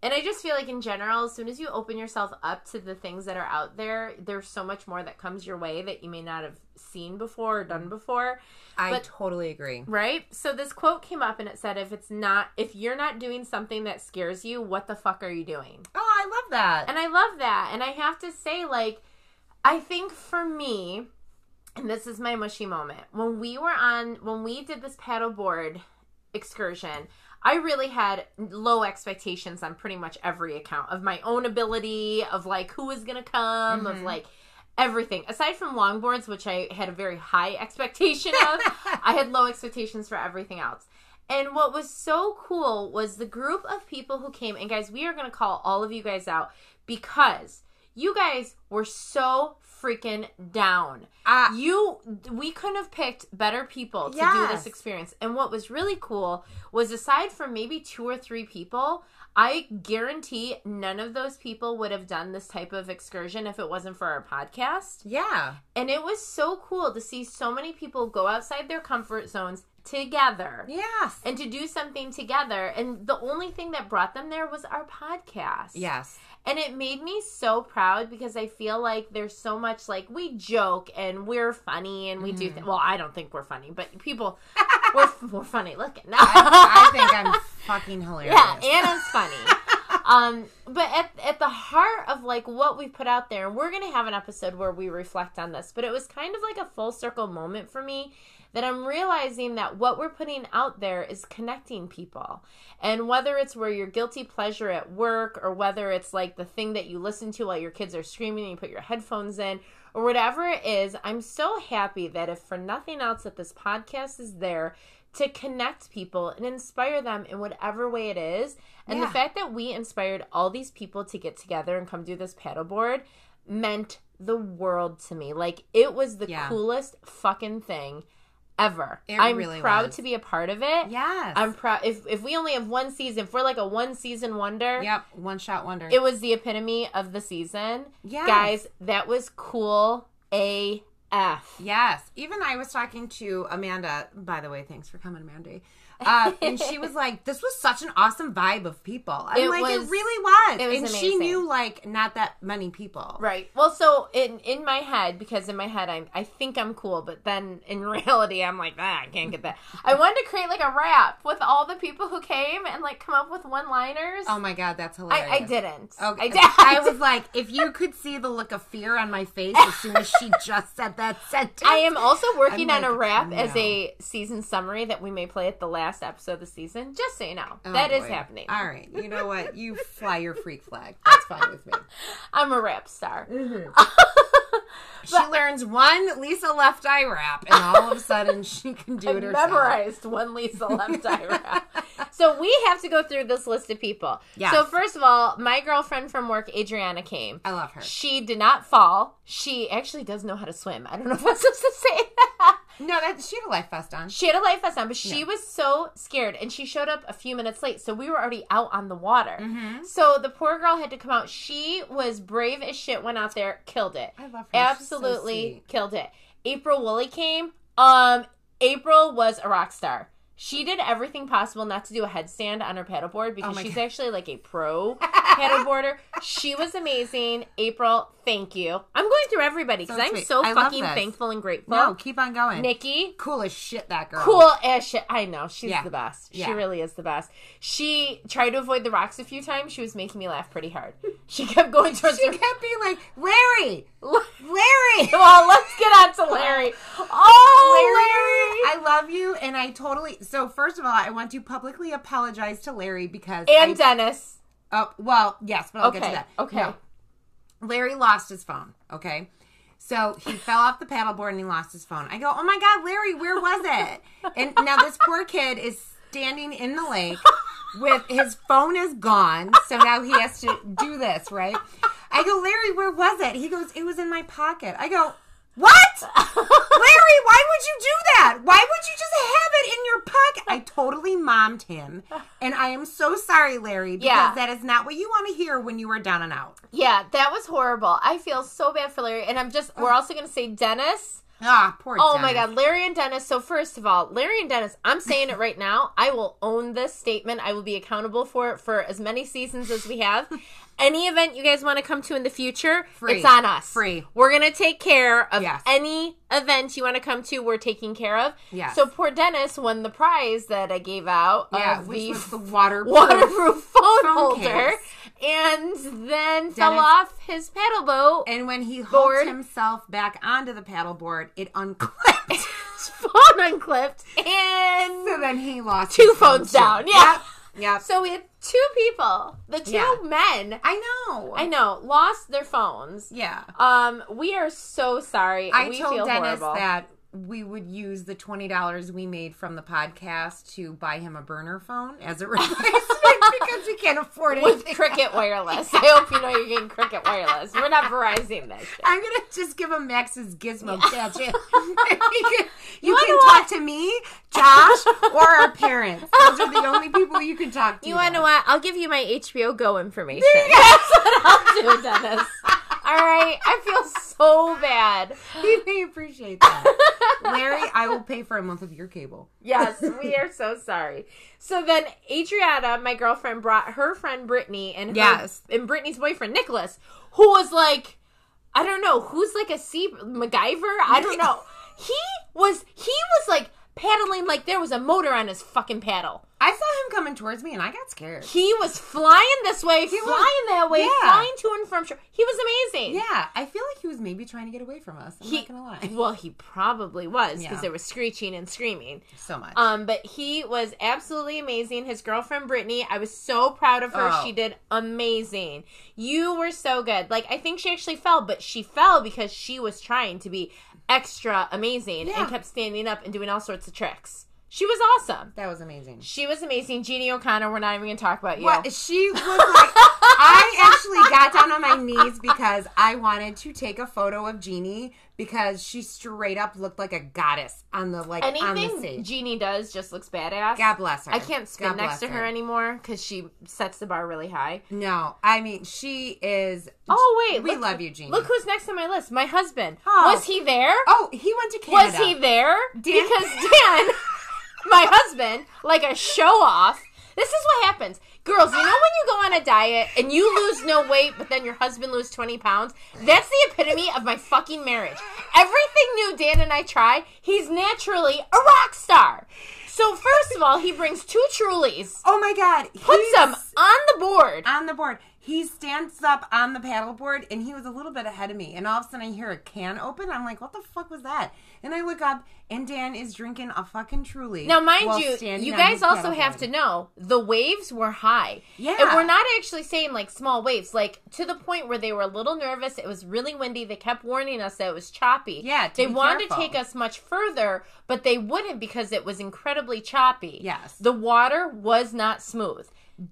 S1: and I just feel like in general, as soon as you open yourself up to the things that are out there, there's so much more that comes your way that you may not have seen before or
S2: Mm.
S1: done before,
S2: I
S1: But-
S2: totally agree.
S1: right? So this quote came up, and it said, "If it's not, if you're not doing something that scares you, what the fuck are you doing?"
S2: Oh, I love that.
S1: And I love that. And I have to say, like, I think for me, and this is my mushy moment, when we were on, when we did this paddleboard excursion, I really had low expectations on pretty much every account of my own ability, of like who was going to come, of like everything. Aside from longboards, which I had a very high expectation of, I had low expectations for everything else. And what was so cool was the group of people who came. And guys, we are going to call all of you guys out because you guys were so freaking down.
S2: Ah.
S1: you we couldn't have picked better people to do this
S2: Yes.
S1: experience. And what was really cool was aside from maybe two or three people, I guarantee none of those people would have done this type of excursion if it wasn't for our podcast.
S2: yeah.
S1: And it was so cool to see so many people go outside their comfort zones together
S2: Yes.
S1: and to do something together. And the only thing that brought them there was our podcast.
S2: Yes.
S1: And it made me so proud because I feel like there's so much like we joke and we're funny and we do. Th- well, I don't think we're funny, but people, we're, f- we're funny looking.
S2: I think I'm fucking hilarious.
S1: Yeah, Anna's funny. um, but at at the heart of like what we put out there, and we're gonna have an episode where we reflect on this. But it was kind of like a full circle moment for me that I'm realizing that what we're putting out there is connecting people. And whether it's where your guilty pleasure at work or whether it's like the thing that you listen to while your kids are screaming and you put your headphones in or whatever it is, I'm so happy that if for nothing else that this podcast is there to connect people and inspire them in whatever way it is. And the fact that we inspired all these people to get together and come do this paddleboard meant the world to me. Like it was the
S2: Yeah.
S1: coolest fucking thing ever.
S2: It
S1: I'm
S2: really
S1: proud
S2: was.
S1: to be a part of it.
S2: Yes.
S1: I'm proud if if we only have one season, if we're like a one season wonder.
S2: Yep. One shot wonder.
S1: It was the epitome of the season.
S2: Yes.
S1: Guys, that was cool AF.
S2: Yes. Even I was talking to Amanda, by the way, thanks for coming, Amanda. Uh, and she was like, this was such an awesome vibe of people. I'm
S1: It
S2: like,
S1: was-
S2: it really was.
S1: it was
S2: and she
S1: amazing.
S2: knew, like, not that many people.
S1: Right. Well, so in in my head, because in my head I'm I think I'm cool, but then in reality I'm like, ah, I can't get that. I wanted to create like a rap with all the people who came and like come up with one liners.
S2: Oh, my God. That's hilarious.
S1: I, I didn't.
S2: Okay.
S1: I did.
S2: I was like, if you could see the look of fear on my face as soon as she just said that sentence.
S1: I am also working
S2: I'm
S1: on a
S2: like,
S1: rap as
S2: no.
S1: a season summary that we may play at the last episode of the season. Just so you know, that is
S2: Oh, boy.
S1: happening.
S2: All right. You know what? You fly your freak flag. That's fine with me.
S1: I'm a rap star.
S2: she learns one Lisa left eye rap, and all of a sudden she can do
S1: I
S2: it herself.
S1: memorized one Lisa left eye rap. So we have to go through this list of people.
S2: Yes.
S1: So first of all, my girlfriend from work, Adriana, came.
S2: I love her.
S1: She did not fall. She actually does know how to swim. I don't know if I'm supposed to say that.
S2: No, that she had a life vest on.
S1: She had a life vest on, but she was so scared, and she showed up a few minutes late, so we were already out on the water.
S2: Mm-hmm.
S1: So the poor girl had to come out. She was brave as shit. Went out there, killed it.
S2: I love her. She's so
S1: Absolutely
S2: sweet.
S1: killed it. April Woolley came. Um, April was a rock star. She did everything possible not to do a headstand on her paddleboard because
S2: Oh my
S1: she's
S2: God.
S1: actually like a pro paddleboarder. She was amazing. April, thank you. I'm going through everybody because
S2: So
S1: I'm
S2: sweet.
S1: so
S2: I love
S1: fucking
S2: this.
S1: thankful and grateful.
S2: No, keep on going.
S1: Nikki,
S2: cool as shit, that girl.
S1: cool as shit. I know she's
S2: Yeah.
S1: the best. She
S2: Yeah.
S1: really is the best. She tried to avoid the rocks a few times. She was making me laugh pretty hard. She kept going towards
S2: She
S1: the.
S2: kept being like, Larry, Larry.
S1: well, let's get on to Larry. Oh, Larry,
S2: I love you, and I totally. So first of all, I want to publicly apologize to Larry because
S1: and
S2: I,
S1: Dennis.
S2: Oh, well, yes, but I'll get
S1: Okay,
S2: to that.
S1: okay.
S2: No. Larry lost his phone, okay? So he fell off the paddleboard and he lost his phone. I go, oh my God, Larry, where was it? And now this poor kid is standing in the lake with his phone is gone. So now he has to do this, right? I go, Larry, where was it? He goes, it was in my pocket. I go, what? Larry, why would you do that? Why would you just have it in your pocket? I totally mommed him. And I am so sorry, Larry, because
S1: Yeah.
S2: that is not what you want to hear when you are down and out.
S1: Yeah, that was horrible. I feel so bad for Larry. And I'm just,
S2: Oh.
S1: we're also going to say Dennis.
S2: Ah, poor
S1: Oh my
S2: Dennis.
S1: God, Larry and Dennis. So, first of all, Larry and Dennis, I'm saying it right now. I will own this statement. I will be accountable for it for as many seasons as we have. Any event you guys want to come to in the future,
S2: Free.
S1: it's on us.
S2: Free.
S1: We're going to take care of
S2: Yes.
S1: any event you want to come to, we're taking care of.
S2: Yes.
S1: So, poor Dennis won the prize that I gave out
S2: Yeah,
S1: of
S2: which
S1: the
S2: was the waterproof.
S1: waterproof phone,
S2: phone
S1: holder
S2: case.
S1: and then fell
S2: Dennis-
S1: off his paddle boat and
S2: And when he hooked
S1: Board.
S2: himself back onto the paddleboard, it unclipped.
S1: his phone unclipped and
S2: so then he lost
S1: two
S2: his phone,
S1: phones
S2: too.
S1: down. Yeah.
S2: Yep. yep.
S1: So we had two people, the two
S2: Yeah.
S1: men,
S2: I know.
S1: I know, lost their phones.
S2: Yeah.
S1: Um, we are so sorry.
S2: I
S1: we feel
S2: told Dennis
S1: horrible.
S2: that we would use the twenty dollars we made from the podcast to buy him a burner phone as a replacement because we can't afford
S1: with
S2: anything.
S1: Cricket Wireless. I hope you know you're getting Cricket Wireless. We're not Verizon's that shit.
S2: I'm gonna just give him Max's gizmo gadget. He can- you
S1: wanna
S2: can talk to me, Josh, or our parents. Those are the only people you can talk to.
S1: You
S2: now.
S1: want to what? I'll give you my HBO Go information. That's what I'll do, Dennis. All right. I feel so bad.
S2: He may appreciate that. Larry, I will pay for a month of your cable.
S1: Yes, we are so sorry. So then Adriana, my girlfriend, brought her friend Brittany and her,
S2: Yes.
S1: and Brittany's boyfriend Nicholas, who was like, I don't know, who's like a sea MacGyver. I don't know. he was he was like paddling like there was a motor on his fucking paddle.
S2: I saw him coming towards me and I got scared.
S1: He was flying this way, flying that way,
S2: yeah.
S1: flying to and from shore. He was amazing.
S2: Yeah, I feel like he was maybe trying to get away from us. I'm
S1: He-
S2: not gonna lie.
S1: Well, he probably was because
S2: Yeah.
S1: there was screeching and screaming.
S2: So much.
S1: Um, but he was absolutely amazing. His girlfriend Brittany, I was so proud of her.
S2: Oh.
S1: She did amazing. You were so good. Like I think she actually fell, but she fell because she was trying to be extra amazing
S2: Yeah.
S1: and kept standing up and doing all sorts of tricks. She was awesome.
S2: that was amazing.
S1: She was amazing. Jeannie O'Connor, we're not even gonna talk about you.
S2: What she was like, I actually got down on my knees because I wanted to take a photo of Jeannie because she straight up looked like a goddess on the like on the
S1: Anything
S2: stage.
S1: Jeannie does just looks badass.
S2: God bless her.
S1: I can't spin
S2: God
S1: next
S2: bless
S1: to her, anymore because she sets the bar really high.
S2: No, I mean she is.
S1: Oh wait,
S2: we
S1: look-
S2: love you, Jeannie.
S1: Look who's next on my list. My husband.
S2: Oh.
S1: Was he there?
S2: Oh, he went to
S1: Was
S2: Canada.
S1: he there?
S2: Dan-
S1: Because Dan, my husband, like a show off. This is what happens. Girls, you know when you go on a diet and you lose no weight, but then your husband loses 20 pounds? That's the epitome of my fucking marriage. Everything new Dan and I try, he's naturally a rock star. So, first of all, he brings two Trulies,
S2: Oh my God!
S1: puts them on the board.
S2: on the board. He stands up on the paddleboard and he was a little bit ahead of me. And all of a sudden I hear a can open. I'm like, what the fuck was that? And I look up and Dan is drinking a fucking truly.
S1: Now, mind
S2: while
S1: you,
S2: standing
S1: you
S2: on
S1: guys
S2: his
S1: also have
S2: paddleboard.
S1: to know the waves were high.
S2: Yeah.
S1: And we're not actually saying like small waves, like to the point where they were a little nervous. It was really windy. They kept warning us that it was choppy.
S2: Yeah, to
S1: They
S2: be
S1: wanted
S2: careful.
S1: to take us much further, but they wouldn't because it was incredibly choppy.
S2: Yes.
S1: The water was not smooth.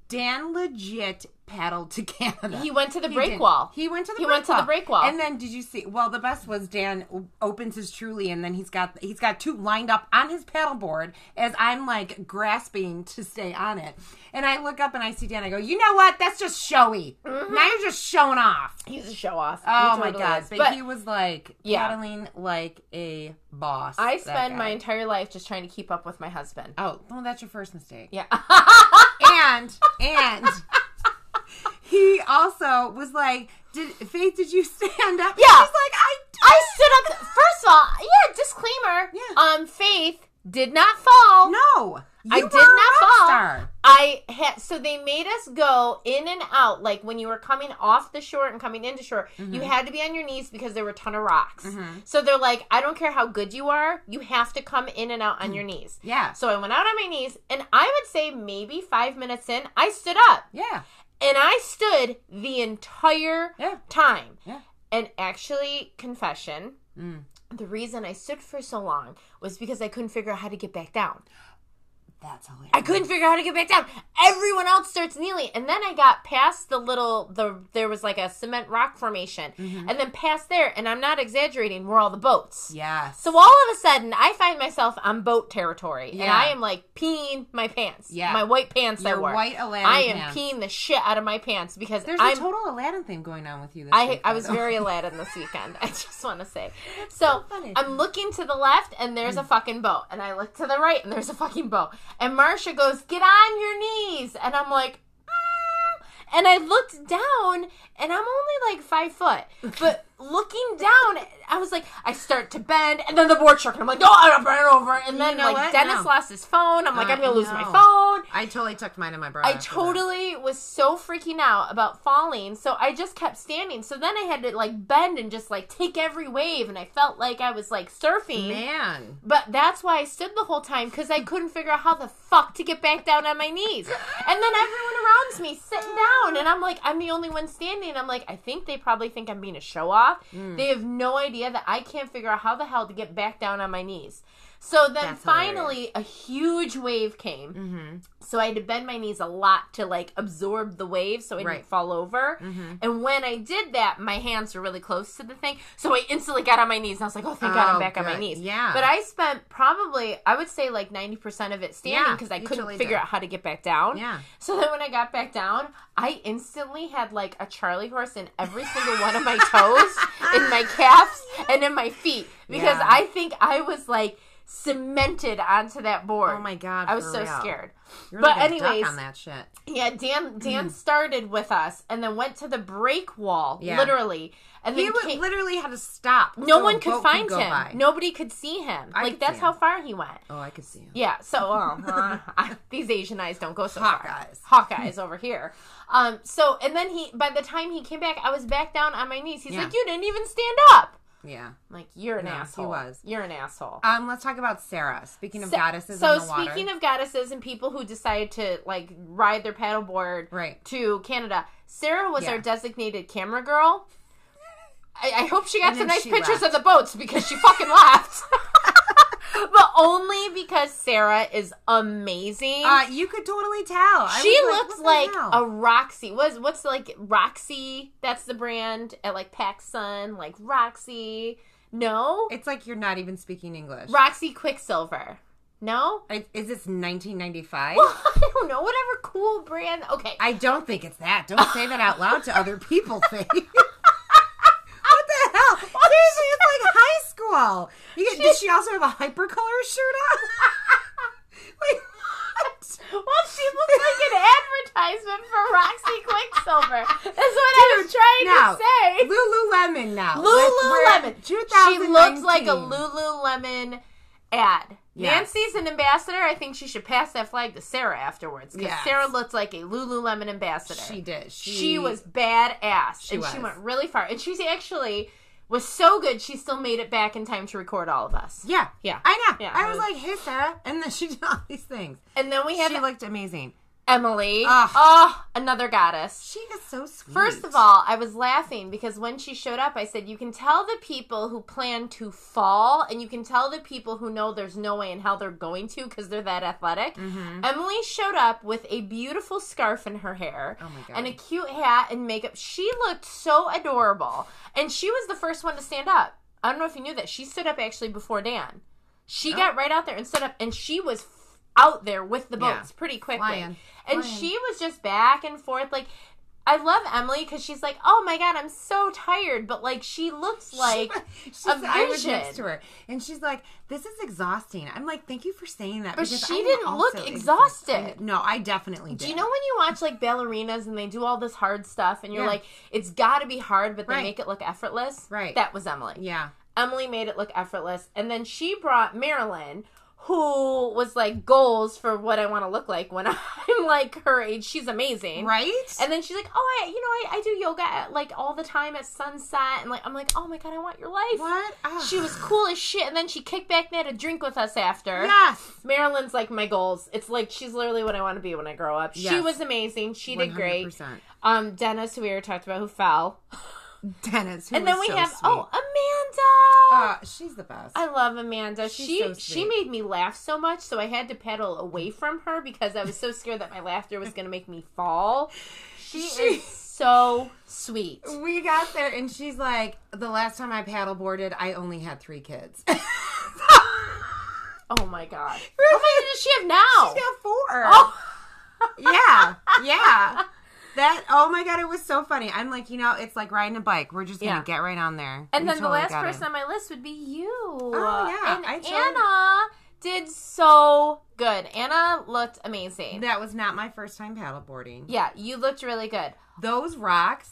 S2: Dan legit paddled to Canada.
S1: He went to the break
S2: did.
S1: wall.
S2: He went to the
S1: He
S2: break
S1: went to the break wall.
S2: And then did you see? Well, the best was Dan o- opens his truly, and then he's got he's got two lined up on his paddleboard as I'm like grasping to stay on it. And I look up and I see Dan. I go, you know what? That's just showy. Now you're just showing off.
S1: He's a show off.
S2: Oh
S1: He Mm-hmm.
S2: my
S1: totally
S2: god!
S1: is.
S2: But,
S1: But
S2: he was like
S1: Yeah.
S2: paddling like a boss.
S1: I
S2: that
S1: spend
S2: guy.
S1: my entire life just trying to keep up with my husband.
S2: Oh, well, that's your first mistake.
S1: Yeah.
S2: and and he also was like, "Did Faith? Did you stand up?"
S1: Yeah.
S2: she's like, "I."
S1: I stood up. First of all, yeah, disclaimer.
S2: Yeah.
S1: Um, Faith did not fall.
S2: No, you
S1: I
S2: were
S1: did
S2: a rock
S1: not fall.
S2: Star.
S1: I had so they made us go in and out like when you were coming off the shore and coming into shore,
S2: Mm-hmm.
S1: you had to be on your knees because there were a ton of rocks. So they're like, I don't care how good you are, you have to come in and out on your knees.
S2: Mm. Yeah.
S1: So I went out on my knees and I would say maybe 5 minutes in, I stood up.
S2: Yeah,
S1: And I stood the entire
S2: Yeah.
S1: time.
S2: Yeah. Mm.
S1: And actually, confession. The reason I stood for so long was because I couldn't figure out how to get back down.
S2: That's hilarious.
S1: I couldn't figure out how to get back down. Everyone else starts kneeling, and then I got past the little the there was like a cement rock formation,
S2: Mm-hmm.
S1: and then past there, and I'm not exaggerating, were all the boats.
S2: Yes.
S1: So all of a sudden, I find myself on boat territory, and
S2: Yeah.
S1: I am like peeing my pants.
S2: Yeah.
S1: my white pants. I
S2: Your
S1: wore.
S2: white Aladdin
S1: I am
S2: pants.
S1: peeing the shit out of my pants because
S2: There's
S1: I'm
S2: a total Aladdin thing going on with you. This
S1: I,
S2: week,
S1: I was
S2: though.
S1: very Aladdin this weekend. I just want to say. So,
S2: funny. Hmm.
S1: I'm looking to the left and there's a fucking boat. And I look to the right and there's a fucking boat. And Marcia goes, Get on your knees. And I'm like, "Mm." and I looked down and I'm only like five foot. But looking down, I was like, I start to bend and then the board shook. And I'm like, No, I'm going to bend over. And then,
S2: know
S1: like,
S2: what?
S1: Dennis
S2: No.
S1: lost his phone. I'm like,
S2: Uh,
S1: I'm going to lose my
S2: no.
S1: phone.
S2: I totally tucked mine in my bra.
S1: I
S2: after that.
S1: totally was so freaking out about falling, so I just kept standing. So then I had to like bend and just like take every wave, and I felt like I was like surfing.
S2: Man.
S1: But that's why I stood the whole time because I couldn't figure out how the fuck to get back down on my knees. And then everyone around me sitting down, and I'm like, I'm the only one standing. I'm like, I think they probably think I'm being a show off.
S2: Mm.
S1: They have no idea that I can't figure out how the hell to get back down on my knees. So then
S2: That's Mm-hmm.
S1: finally, a huge wave came. So I had to bend my knees a lot to like absorb the wave so I
S2: Right. Mm-hmm.
S1: didn't fall over. And when I did that, my hands were really close to the thing. So I instantly got on my knees and I was like, oh, thank God
S2: Oh,
S1: I'm back on my
S2: good.
S1: knees.
S2: Yeah.
S1: But I spent probably, I would say like 90% of it standing
S2: Yeah,
S1: because I
S2: you
S1: couldn't
S2: totally
S1: figure
S2: did.
S1: out how to get back down.
S2: Yeah.
S1: So then when I got back down, I instantly had like a Charlie horse in every single one of my toes, in my calves, and in my feet because
S2: Yeah.
S1: I think I was like cemented onto that board.
S2: Oh my god.
S1: I was
S2: for
S1: so
S2: real.
S1: scared.
S2: You're
S1: But
S2: like a duck
S1: anyways-
S2: on that Mm. shit.
S1: Yeah, Dan Dan started with us and then went to the break wall,
S2: Yeah.
S1: literally. And
S2: He
S1: then
S2: would
S1: came-
S2: literally had to stop.
S1: no
S2: so a
S1: one could
S2: boat
S1: find
S2: go
S1: him.
S2: by.
S1: Nobody could see him.
S2: I
S1: like
S2: could see
S1: that's how
S2: him.
S1: far he went.
S2: Oh, I could see him.
S1: Yeah, so um, uh, these Asian eyes don't go so far.
S2: Hawkeyes.
S1: Hawkeyes over here. Um, so and then he, by the time he came back, I was back down on my knees. He's
S2: Yeah.
S1: like, "You didn't even stand up."
S2: Yeah.
S1: I'm like, "You're an
S2: No, he
S1: asshole."
S2: was.
S1: You're an asshole.
S2: Um, let's talk about Sarah. Speaking of
S1: So-
S2: goddesses
S1: So
S2: in the water.
S1: speaking of goddesses and people who decided to like ride their paddleboard
S2: Right.
S1: to Canada, Sarah was
S2: Yeah.
S1: our designated camera girl. I, I hope she got
S2: And
S1: some
S2: then
S1: nice
S2: she
S1: pictures of
S2: left.
S1: the boats because she fucking left. but only because Sarah is amazing.
S2: uh, you could totally tell. I
S1: she
S2: was
S1: looks
S2: what
S1: like
S2: the
S1: a
S2: hell?
S1: Roxy. Was what's like Roxy? That's the brand at like PacSun, like Roxy. No,
S2: It's like you're not even speaking English.
S1: Roxy Quicksilver. No,
S2: I- Is this 1995?
S1: I don't know. Whatever cool brand. Okay.
S2: I don't think it's that. Don't say that out loud to other people. Think. what the hell? Seriously, it's like high school. You get, did she also have a hypercolor shirt on? Wait, what?
S1: well, she looks like an advertisement for Roxy Quicksilver. That's what I was trying to
S2: Now,
S1: say.
S2: Lululemon now.
S1: Lululemon.
S2: Two
S1: She
S2: thousand.
S1: looks like a Lululemon ad.
S2: Yeah.
S1: Nancy's an ambassador. I think she should pass that flag to Sarah afterwards because
S2: Yes.
S1: Sarah looked like a Lululemon ambassador.
S2: She did. She,
S1: She was badass, and she
S2: was.
S1: went really far. And she's actually was so good. She still made it back in time to record all of us.
S2: Yeah.
S1: Yeah.
S2: I know.
S1: Yeah.
S2: I was like, hey, Sarah. And then she did all these things.
S1: And then we had
S2: She looked amazing.
S1: Emily.
S2: Ugh.
S1: Oh, another goddess.
S2: She is so sweet.
S1: First of all, I was laughing because when she showed up, I said, You can tell the people who plan to fall, and you can tell the people who know there's no way in hell they're going to because they're that athletic.
S2: Mm-hmm.
S1: Emily showed up with a beautiful scarf in her hair
S2: Oh my God.
S1: and a cute hat and makeup. She looked so adorable. And she was the first one to stand up. I don't know if you knew that. She stood up actually before Dan. She
S2: Oh.
S1: got right out there and stood up, and she was f- out there with the
S2: Yeah.
S1: boats pretty quickly.
S2: Flying.
S1: And she was just back and forth. Like, I love Emily because she's like, oh my God, I'm so tired. But, like, she looks like
S2: she's,
S1: a
S2: I was
S1: vision.
S2: next to her, and she's like, "This is exhausting." I'm like, "Thank you for saying that."
S1: But
S2: because
S1: she
S2: I'm
S1: didn't look
S2: also
S1: exhausted.
S2: No, I definitely did.
S1: Do you know when you watch like ballerinas and they do all this hard stuff and you're
S2: Yeah.
S1: like, it's got to be hard, but they
S2: Right.
S1: make it look effortless?
S2: Right.
S1: That was Emily.
S2: Yeah,
S1: Emily made it look effortless. And then she brought Marilyn, who was like goals for what I want to look like when I'm like her age. She's amazing.
S2: Right?
S1: And then she's like, "Oh, I, you know, I, I do yoga at, like all the time at sunset." And like I'm like, "Oh my god, I want your life."
S2: what? Ah.
S1: She was cool as shit, and then she kicked back and had a drink with us after.
S2: Yes.
S1: Marilyn's like my goals. It's like she's literally what I want to be when I grow up. She
S2: Yes.
S1: was amazing. She did great.
S2: 100%.
S1: Um, Dennis, who we already talked about, who fell,
S2: Dennis. Who
S1: and then
S2: was
S1: we
S2: so
S1: have
S2: sweet.
S1: oh Amanda.
S2: Uh, she's the best.
S1: I love Amanda.
S2: she's
S1: she
S2: so
S1: she
S2: sweet.
S1: made me laugh so much, so I had to pedal away from her because I was so scared that my laughter was going to make me fall. She, is so sweet.
S2: we got there, and she's like, "The last time I paddleboarded, I only had three kids. really?
S1: Oh my god.
S2: How
S1: What does she have now?
S2: She's got four.
S1: Oh.
S2: yeah, yeah. That oh my god, it was so funny. I'm like, you know, it's like riding a bike. We're just gonna
S1: Yeah.
S2: get right on there.
S1: And
S2: We
S1: then the
S2: totally
S1: last
S2: got it.
S1: person on my list would be you.
S2: Oh, yeah.
S1: And
S2: I chose-
S1: Anna did so good. Anna looked amazing.
S2: that was not my first time paddleboarding.
S1: yeah, you looked really good.
S2: Those rocks,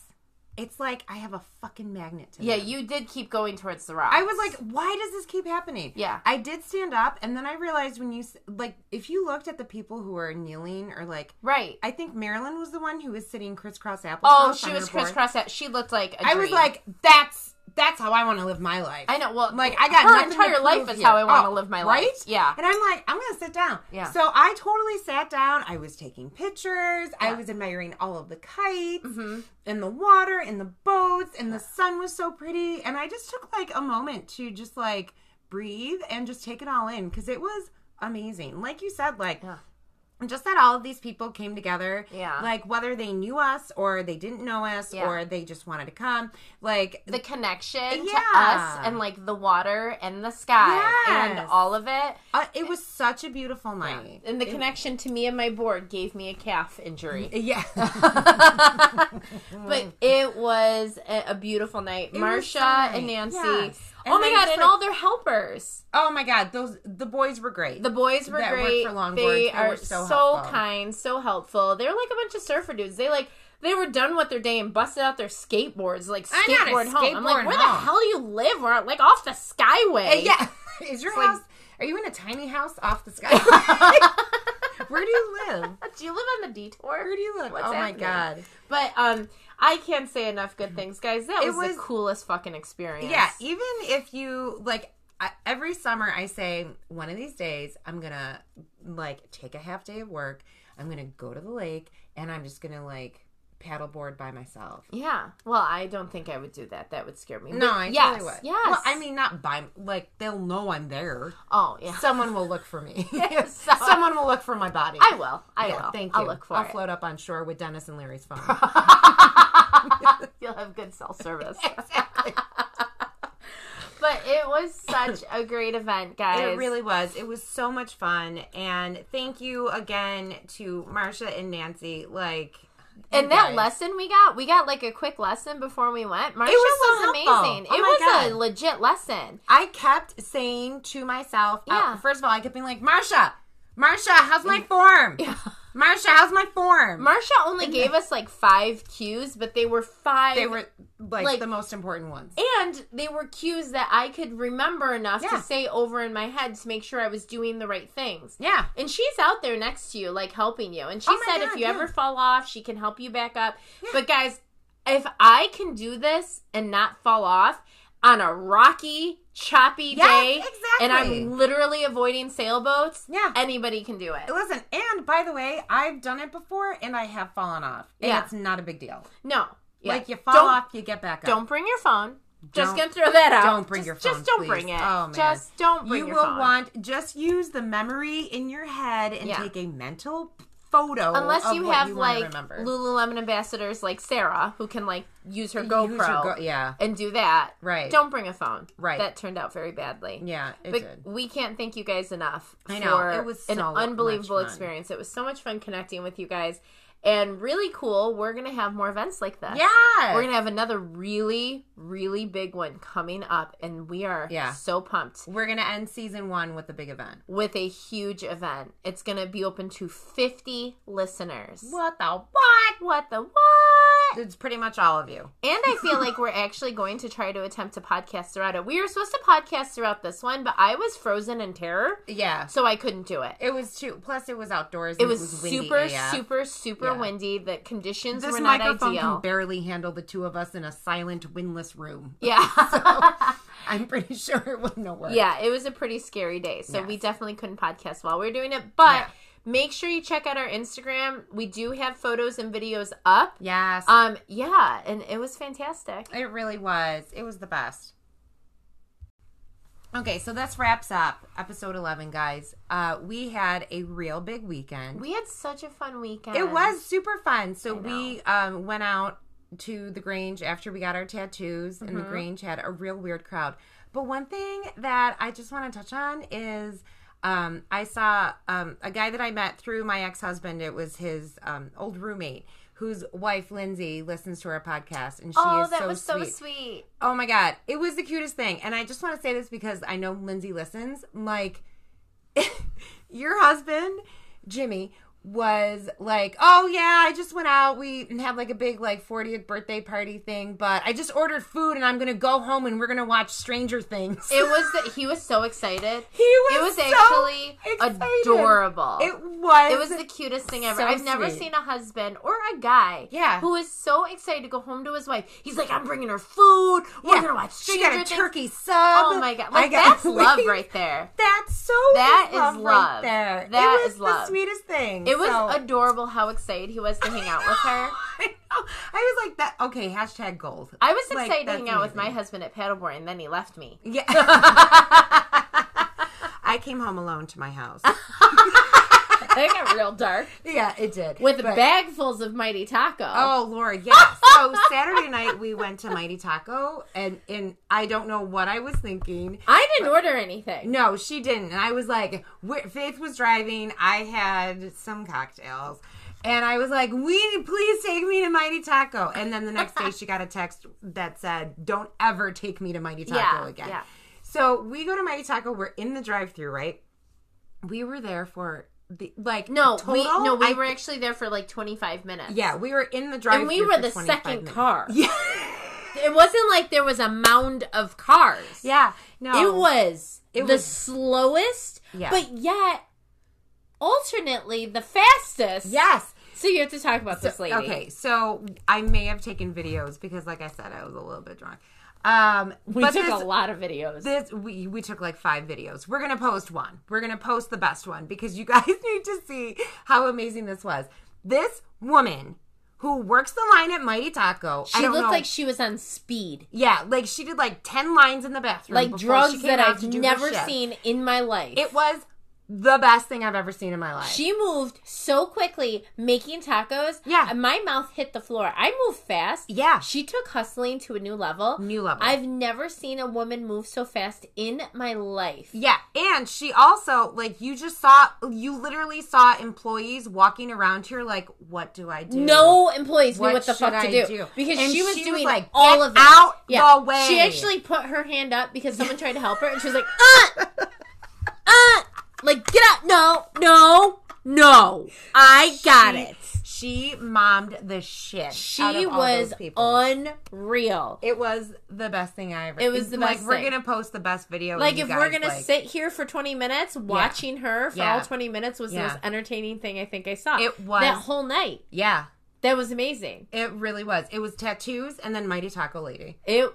S2: it's like I have a fucking magnet to
S1: Yeah,
S2: them.
S1: you did keep going towards the rock.
S2: I was like, why does this keep happening?
S1: Yeah.
S2: I did stand up, and then I realized when you s- like, if you looked at the people who are kneeling or like,
S1: right.
S2: I think Marilyn was the one who was sitting crisscross applesauce.
S1: oh, she
S2: on
S1: was
S2: her board.
S1: crisscross. That she looked like. a
S2: I was
S1: dream.
S2: like, that's that's how I want to live my life.
S1: I know. Well,
S2: Like I got
S1: her
S2: nothing to
S1: entire
S2: prove
S1: life is
S2: here.
S1: how I want to
S2: Oh,
S1: live my
S2: right?
S1: life. Yeah.
S2: And I'm like, I'm gonna sit down.
S1: Yeah.
S2: So I totally sat down. I was taking pictures. I was admiring all of the kites
S1: Mm-hmm.
S2: and the water and the boats and the sun was so pretty. And I just took like a moment to just like breathe and just take it all in because it was amazing. Like you said, like just that all of these people came together.
S1: Yeah.
S2: Like whether they knew us or they didn't know us
S1: Yeah.
S2: or they just wanted to come. Like
S1: the connection to
S2: Yeah.
S1: us and like the water and the sky and
S2: Yes.
S1: all of it.
S2: uh, it was such a beautiful night.
S1: And the connection to me and my board gave me a calf injury.
S2: Yeah.
S1: but it was a, a beautiful night.
S2: was
S1: Marsha
S2: so nice.
S1: and Nancy.
S2: Yes.
S1: oh
S2: And
S1: my
S2: then
S1: god!
S2: just,
S1: And
S2: like-
S1: all their helpers.
S2: oh my god, those the boys were great.
S1: The boys were
S2: That worked
S1: great.
S2: for Longboards.
S1: they
S2: They
S1: are
S2: were
S1: so,
S2: so helpful.
S1: kind, so helpful. They're like a bunch of surfer dudes. They like they were done with their day and busted out their skateboards, like
S2: I know, to
S1: skateboard home. I'm like,
S2: skateboard
S1: where the
S2: home.
S1: hell do you live? We're like off the
S2: Uh,
S1: skyway.
S2: yeah. Is your house? are you in a tiny house off the sky? Where do you live?
S1: Do you live on the detour?
S2: Where do you live?
S1: What's
S2: oh
S1: happening?
S2: my god.
S1: But um, I can't say enough good things, guys. That
S2: It
S1: was, e-
S2: was-
S1: the coolest fucking experience.
S2: Yeah. Even if you like. I, every summer, I say one of these days I'm gonna like take a half day of work. I'm gonna go to the lake and I'm just gonna like paddleboard by myself.
S1: Yeah. Well, I don't think I would do that. That would scare me.
S2: No,
S1: But
S2: I
S1: yes,
S2: totally would.
S1: Yes.
S2: Well, I mean, not by like they'll know I'm there.
S1: oh yeah.
S2: Someone will look for me.
S1: So-
S2: Someone will look for my body.
S1: I will. I
S2: Yeah,
S1: will.
S2: Thank you.
S1: I'll look for
S2: I'll
S1: it.
S2: float up on shore with Dennis and Larry's phone.
S1: You'll have good cell service. but it was such a great event, guys.
S2: it really was. It was so much fun, and thank you again to Marsha and Nancy. Like,
S1: and that
S2: guys.
S1: lesson we got, we got like a quick lesson before we went. Marsha
S2: was so
S1: was,
S2: helpful.
S1: amazing.
S2: Oh
S1: it
S2: my
S1: was
S2: God.
S1: a legit lesson.
S2: I kept saying to myself, uh,
S1: Yeah.
S2: first of all, I kept being like, Marsha, Marsha, how's my form? Marsha, how's my form?
S1: Marsha only gave us like five cues, but they were five
S2: they were like,
S1: like-
S2: the most important ones.
S1: And they were cues that I could remember enough
S2: Yeah.
S1: to say over in my head to make sure I was doing the right things.
S2: yeah.
S1: And she's out there next to you, like helping you. And she
S2: Oh my
S1: said if
S2: God,
S1: you
S2: yeah.
S1: ever fall off, she can help you back up. But guys, if I can do this and not fall off on a rocky, choppy
S2: Yes,
S1: day, and
S2: exactly.
S1: I'm literally avoiding sailboats,
S2: Yeah.
S1: anybody can do it.
S2: Listen, and by the way, I've done it before, and I have fallen off. And
S1: Yeah.
S2: it's not a big deal.
S1: No. Yeah.
S2: Like you fall
S1: Don't-
S2: off, you get back up.
S1: Don't bring your phone. Just gonna
S2: Don't-
S1: throw that out.
S2: don't bring
S1: Just-
S2: your phone,
S1: Just don't
S2: please.
S1: bring it.
S2: Oh, man.
S1: Just don't bring
S2: you
S1: your
S2: will
S1: phone.
S2: want just use the memory in your head and
S1: Yeah.
S2: take a mental photo
S1: Unless
S2: of
S1: you
S2: what
S1: have
S2: you want to
S1: like
S2: remember.
S1: Lululemon ambassadors like Sarah, who can like use her GoPro
S2: Use your go- yeah
S1: and do that.
S2: Right.
S1: Don't bring a phone.
S2: Right.
S1: That turned out very badly.
S2: yeah it
S1: But
S2: did
S1: we can't thank you guys enough.
S2: I know.
S1: for
S2: It was
S1: an
S2: so
S1: unbelievable
S2: much fun.
S1: experience. It was so much fun connecting with you guys, and really cool. We're gonna have more events like this.
S2: yeah
S1: We're gonna have another really, really big one coming up, and we are
S2: Yeah.
S1: so pumped
S2: we're gonna end season one with a big event
S1: with a huge event. It's gonna be open to fifty listeners.
S2: what the
S1: What? What the what?
S2: it's pretty much all of you.
S1: And I feel like we're actually going to try to attempt to podcast throughout it. We were supposed to podcast throughout this one, but I was frozen in terror,
S2: Yeah.
S1: so I couldn't do it.
S2: It was too. Plus, it was outdoors.
S1: It
S2: and
S1: was,
S2: windy
S1: super,
S2: AF.
S1: super, super
S2: Yeah.
S1: windy. The conditions
S2: This
S1: were not
S2: microphone
S1: ideal.
S2: can barely handle the two of us in a silent, windless room.
S1: yeah.
S2: I'm pretty sure it wouldn't work.
S1: yeah, it was a pretty scary day. So we definitely couldn't podcast while we were doing it. But make sure you check out our Instagram. We do have photos and videos up.
S2: Yes.
S1: Um, yeah, and it was fantastic.
S2: It really was. It was the best. Okay, so this wraps up episode 11, guys. Uh, we had a real big weekend.
S1: We had such a fun weekend.
S2: it was super fun. So we um, went out to the Grange after we got our tattoos, and
S1: Mm-hmm.
S2: the Grange had a real weird crowd. But one thing that I just want to touch on is um, I saw um, a guy that I met through my ex husband. It was his um, old roommate. Whose wife Lindsay listens to our podcast, and she
S1: Oh,
S2: is
S1: that
S2: so
S1: was so
S2: sweet.
S1: sweet.
S2: Oh my god, it was the cutest thing. And I just want to say this because I know Lindsay listens. Like your husband, Jimmy, was like, "Oh yeah, I just went out. We had like a big like 40th birthday party thing, but I just ordered food and I'm going to go home and we're going to watch Stranger Things."
S1: It was that he was so excited.
S2: he was
S1: it was
S2: so
S1: actually
S2: excited.
S1: adorable.
S2: It was.
S1: It was the cutest thing ever.
S2: so
S1: I've never
S2: sweet.
S1: seen a husband or a guy
S2: Yeah.
S1: who is so excited to go home to his wife. He's like, I'm bringing her food. We're
S2: Yeah.
S1: gonna watch
S2: She
S1: Stranger
S2: got a
S1: Things."
S2: turkey sub.
S1: Oh my god,
S2: I
S1: like
S2: got-
S1: that's love right there.
S2: That's so
S1: That is
S2: love, right
S1: love.
S2: there.
S1: That
S2: it was
S1: is love.
S2: the sweetest thing.
S1: It was
S2: So-
S1: adorable how excited he was to hang out with her.
S2: I know. I was like that. Okay, hashtag gold.
S1: I was
S2: Like,
S1: excited to
S2: that's
S1: hang out with my
S2: amazing.
S1: husband at paddleboard, and then he left me.
S2: Yeah. I came home alone to my house.
S1: That got real dark
S2: yeah, it did.
S1: with
S2: But-
S1: bagfuls of mighty taco.
S2: Oh Lord, yeah. So Saturday night we went to Mighty Taco, and and I don't know what I was thinking.
S1: I didn't order anything.
S2: No, she didn't. And I was like, wh- Faith was driving. I had some cocktails. And I was like, we please take me to Mighty Taco. And then the next day she got a text that said, don't ever take me to Mighty Taco
S1: Yeah,
S2: again.
S1: yeah.
S2: So we go to Mighty Taco. We're in the drive through, right? We were there for the, like,
S1: No,
S2: total,
S1: we no, we
S2: I-
S1: were actually there for like 25 minutes.
S2: yeah, we were in the drive
S1: and
S2: through.
S1: we were the second car.
S2: Yeah.
S1: It wasn't like there was a mound of cars.
S2: yeah. No.
S1: It was
S2: It
S1: the
S2: was-
S1: slowest,
S2: Yeah.
S1: but yet alternately the fastest.
S2: Yes.
S1: So you have to talk about this lady.
S2: Okay, so I may have taken videos because, like I said, I was a little bit drunk. Um,
S1: We
S2: but
S1: took
S2: this,
S1: a lot of videos.
S2: this we we took like five videos. We're gonna post one. We're gonna post the best one because you guys need to see how amazing this was. This woman who works the line at Mighty Taco. I
S1: she
S2: don't
S1: looked
S2: know-
S1: like she was on speed.
S2: yeah, like she did like ten lines in the bathroom,
S1: Like
S2: before she
S1: drugs
S2: came
S1: that
S2: out
S1: I've
S2: to do her
S1: never
S2: shift.
S1: seen in my life.
S2: It was the best thing I've ever seen in my life.
S1: She moved so quickly making tacos.
S2: Yeah.
S1: And My mouth hit the floor. I moved fast.
S2: Yeah.
S1: She took hustling to a new level.
S2: New level.
S1: I've never seen a woman move so fast in my life.
S2: Yeah, and she also like you just saw you literally saw employees walking around here like, what do I do?
S1: No employees knew
S2: What
S1: what the
S2: should
S1: fuck to
S2: I
S1: do,
S2: do?
S1: because
S2: And
S1: she was
S2: she was
S1: doing
S2: like,
S1: all
S2: "Get
S1: of it.
S2: out the way."
S1: She actually put her hand up because someone tried to help her, and she was like, "Uh, uh, like get out! No, no, no! I got it."
S2: she mommed the shit. out
S1: She
S2: of all
S1: was
S2: those people.
S1: unreal.
S2: It was the best thing I ever.
S1: It was the
S2: like,
S1: best
S2: We're
S1: thing.
S2: gonna post the best video.
S1: Like
S2: and you
S1: if we're
S2: guys,
S1: gonna
S2: like-
S1: sit here for twenty minutes watching her for
S2: Yeah.
S1: all twenty minutes was the
S2: Yeah.
S1: most entertaining thing I think I saw.
S2: It was.
S1: that whole night.
S2: Yeah,
S1: That was amazing.
S2: it really was. It was tattoos and then Mighty Taco Lady.
S1: It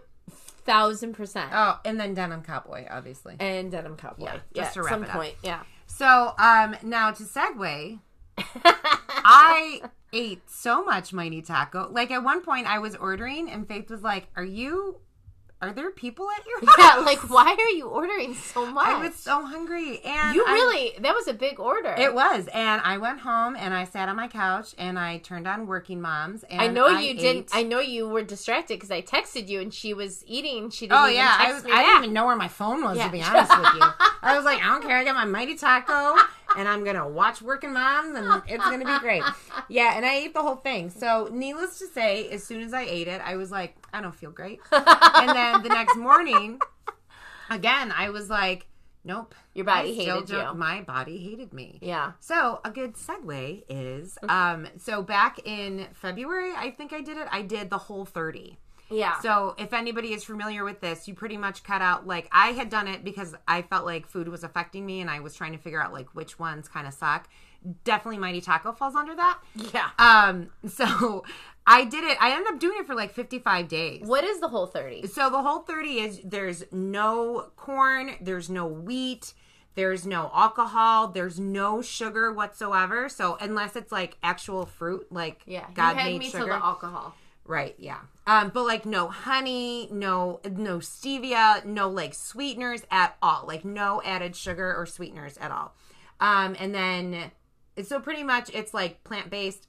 S1: thousand percent.
S2: Oh, and then Denim Cowboy, obviously.
S1: and denim cowboy. Yeah,
S2: just to
S1: at
S2: wrap
S1: some
S2: it up.
S1: point. Yeah.
S2: So, um, now to segue, I ate so much mighty taco. Like at one point, I was ordering, and Faith was like, "Are you? Are there people at your house?"
S1: yeah, like why are you ordering so much?
S2: I was so hungry, and
S1: you
S2: I-
S1: really that was a big order.
S2: It was, and I went home and I sat on my couch and I turned on Working Moms. And
S1: I know you
S2: ate-
S1: didn't. I know you were distracted because I texted you and she was eating. She didn't.
S2: Oh
S1: even
S2: yeah, I,
S1: text
S2: was,
S1: me
S2: I
S1: back.
S2: didn't even know where my phone was
S1: Yeah.
S2: to be honest with you. I was like, I don't care. I got my mighty taco, and I'm gonna watch Working Moms, and it's gonna be great. Yeah, and I ate the whole thing. So, needless to say, as soon as I ate it, I was like, I don't feel great. And then the next morning, again, I was like, Nope.
S1: Your body
S2: I still
S1: hated
S2: don't-
S1: you.
S2: My body hated me.
S1: Yeah. Mm-hmm.
S2: So a good segue is um so back in February, I think I did it. I did the whole 30.
S1: Yeah.
S2: So if anybody is familiar with this, you pretty much cut out like I had done it because I felt like food was affecting me and I was trying to figure out like which ones kind of suck. Definitely Mighty Taco falls under that.
S1: yeah.
S2: Um so I did it. I ended up doing it for like 55 days.
S1: What is the whole 30?
S2: So the whole 30 is there's no corn, there's no wheat, there's no alcohol, there's no sugar whatsoever. So unless it's like actual fruit, like
S1: Yeah.
S2: God
S1: you had
S2: made
S1: me
S2: sugar.
S1: till the alcohol.
S2: Right, yeah. Um, but like no honey, no no stevia, no like sweeteners at all. Like no added sugar or sweeteners at all. Um, and then so pretty much it's like plant based,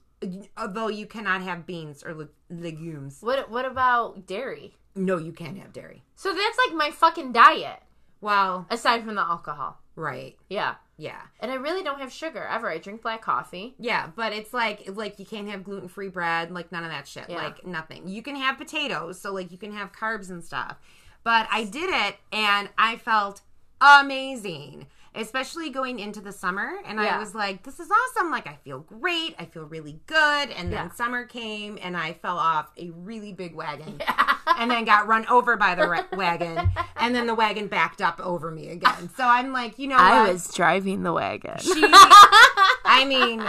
S2: although you cannot have beans or le- legumes.
S1: What what about dairy?
S2: No, you can have dairy.
S1: So that's like my fucking diet
S2: Well,
S1: aside from the alcohol.
S2: right,
S1: Yeah.
S2: yeah,
S1: And I really don't have sugar ever. I drink black coffee.
S2: yeah. But it's like like you can't have gluten free bread, like none of that shit,
S1: Yeah.
S2: like nothing. You can have potatoes, so like you can have carbs and stuff. But I did it, and I felt amazing. Especially going into the summer, and I
S1: Yeah.
S2: was like, "This is awesome! Like, I feel great. I feel really good." And then
S1: Yeah.
S2: summer came, and I fell off a really big wagon, and then got run over by the ra- wagon, and then the wagon backed up over me again. So I'm like, you know, what?
S1: driving the wagon.
S2: I mean,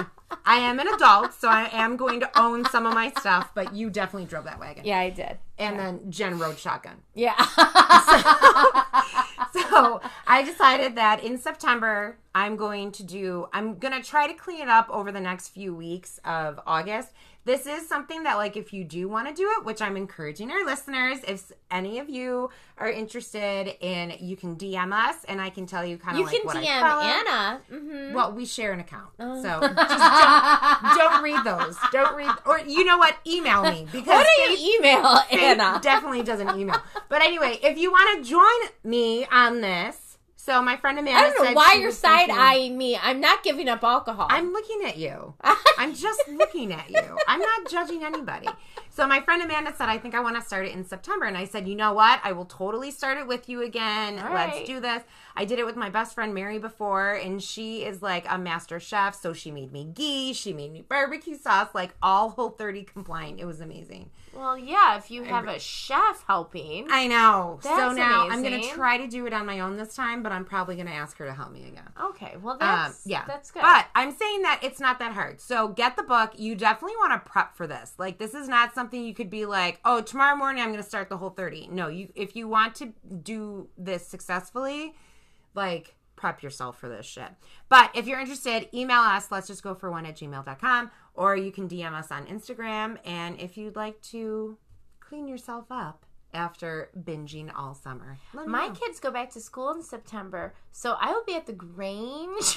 S2: I am an adult, so I am going to own some of my stuff, but you definitely drove that wagon.
S1: Yeah, I did.
S2: And then Jen rode shotgun.
S1: Yeah.
S2: So I decided that in September, I'm going to do, I'm going to try to clean it up over the next few weeks of August. This is something that, like, if you do want to do it, which I'm encouraging our listeners, if any of you are interested in, you can DM us and I can tell you kind of
S1: you
S2: like
S1: can
S2: what
S1: DM
S2: I follow.
S1: Anna. Mhm.
S2: Well, we share an account,
S1: Oh.
S2: so just don't, don't read those. Don't read, or you know what? Email me because
S1: What do you email
S2: Faith
S1: Anna?
S2: definitely doesn't email. But anyway, if you want to join me on this, so my friend Amanda.
S1: I don't know
S2: said
S1: why
S2: she
S1: you're
S2: was thinking-
S1: side eyeing me. I'm not giving up alcohol.
S2: I'm looking at you. I'm just looking at you. I'm not judging anybody. So my friend Amanda said, I think I want to start it in September. And I said, you know what? I will totally start it with you again. Let's
S1: right.
S2: do this. I did it with my best friend Mary before, and she is like a master chef. So she made me ghee, she made me barbecue sauce, like all whole 30 compliant. It was amazing.
S1: well, yeah, if you have a chef helping.
S2: I know. so
S1: That's
S2: now I'm going to
S1: amazing.
S2: try to do it on my own this time, but I'm probably going to ask her to help me again.
S1: Okay, well
S2: Um,
S1: that's
S2: yeah,
S1: that's good.
S2: But I'm saying that it's not that hard. So get the book. You definitely want to prep for this. Like this is not something you could be like, oh, tomorrow morning I'm going to start the whole 30. No, you if you want to do this successfully, like prep yourself for this shit. But if you're interested, email us. Let's just go for one at gmail.com or you can DM us on Instagram. And if you'd like to clean yourself up after binging all summer, let me
S1: my
S2: know.
S1: kids go back to school in September, so I will be at the Grange.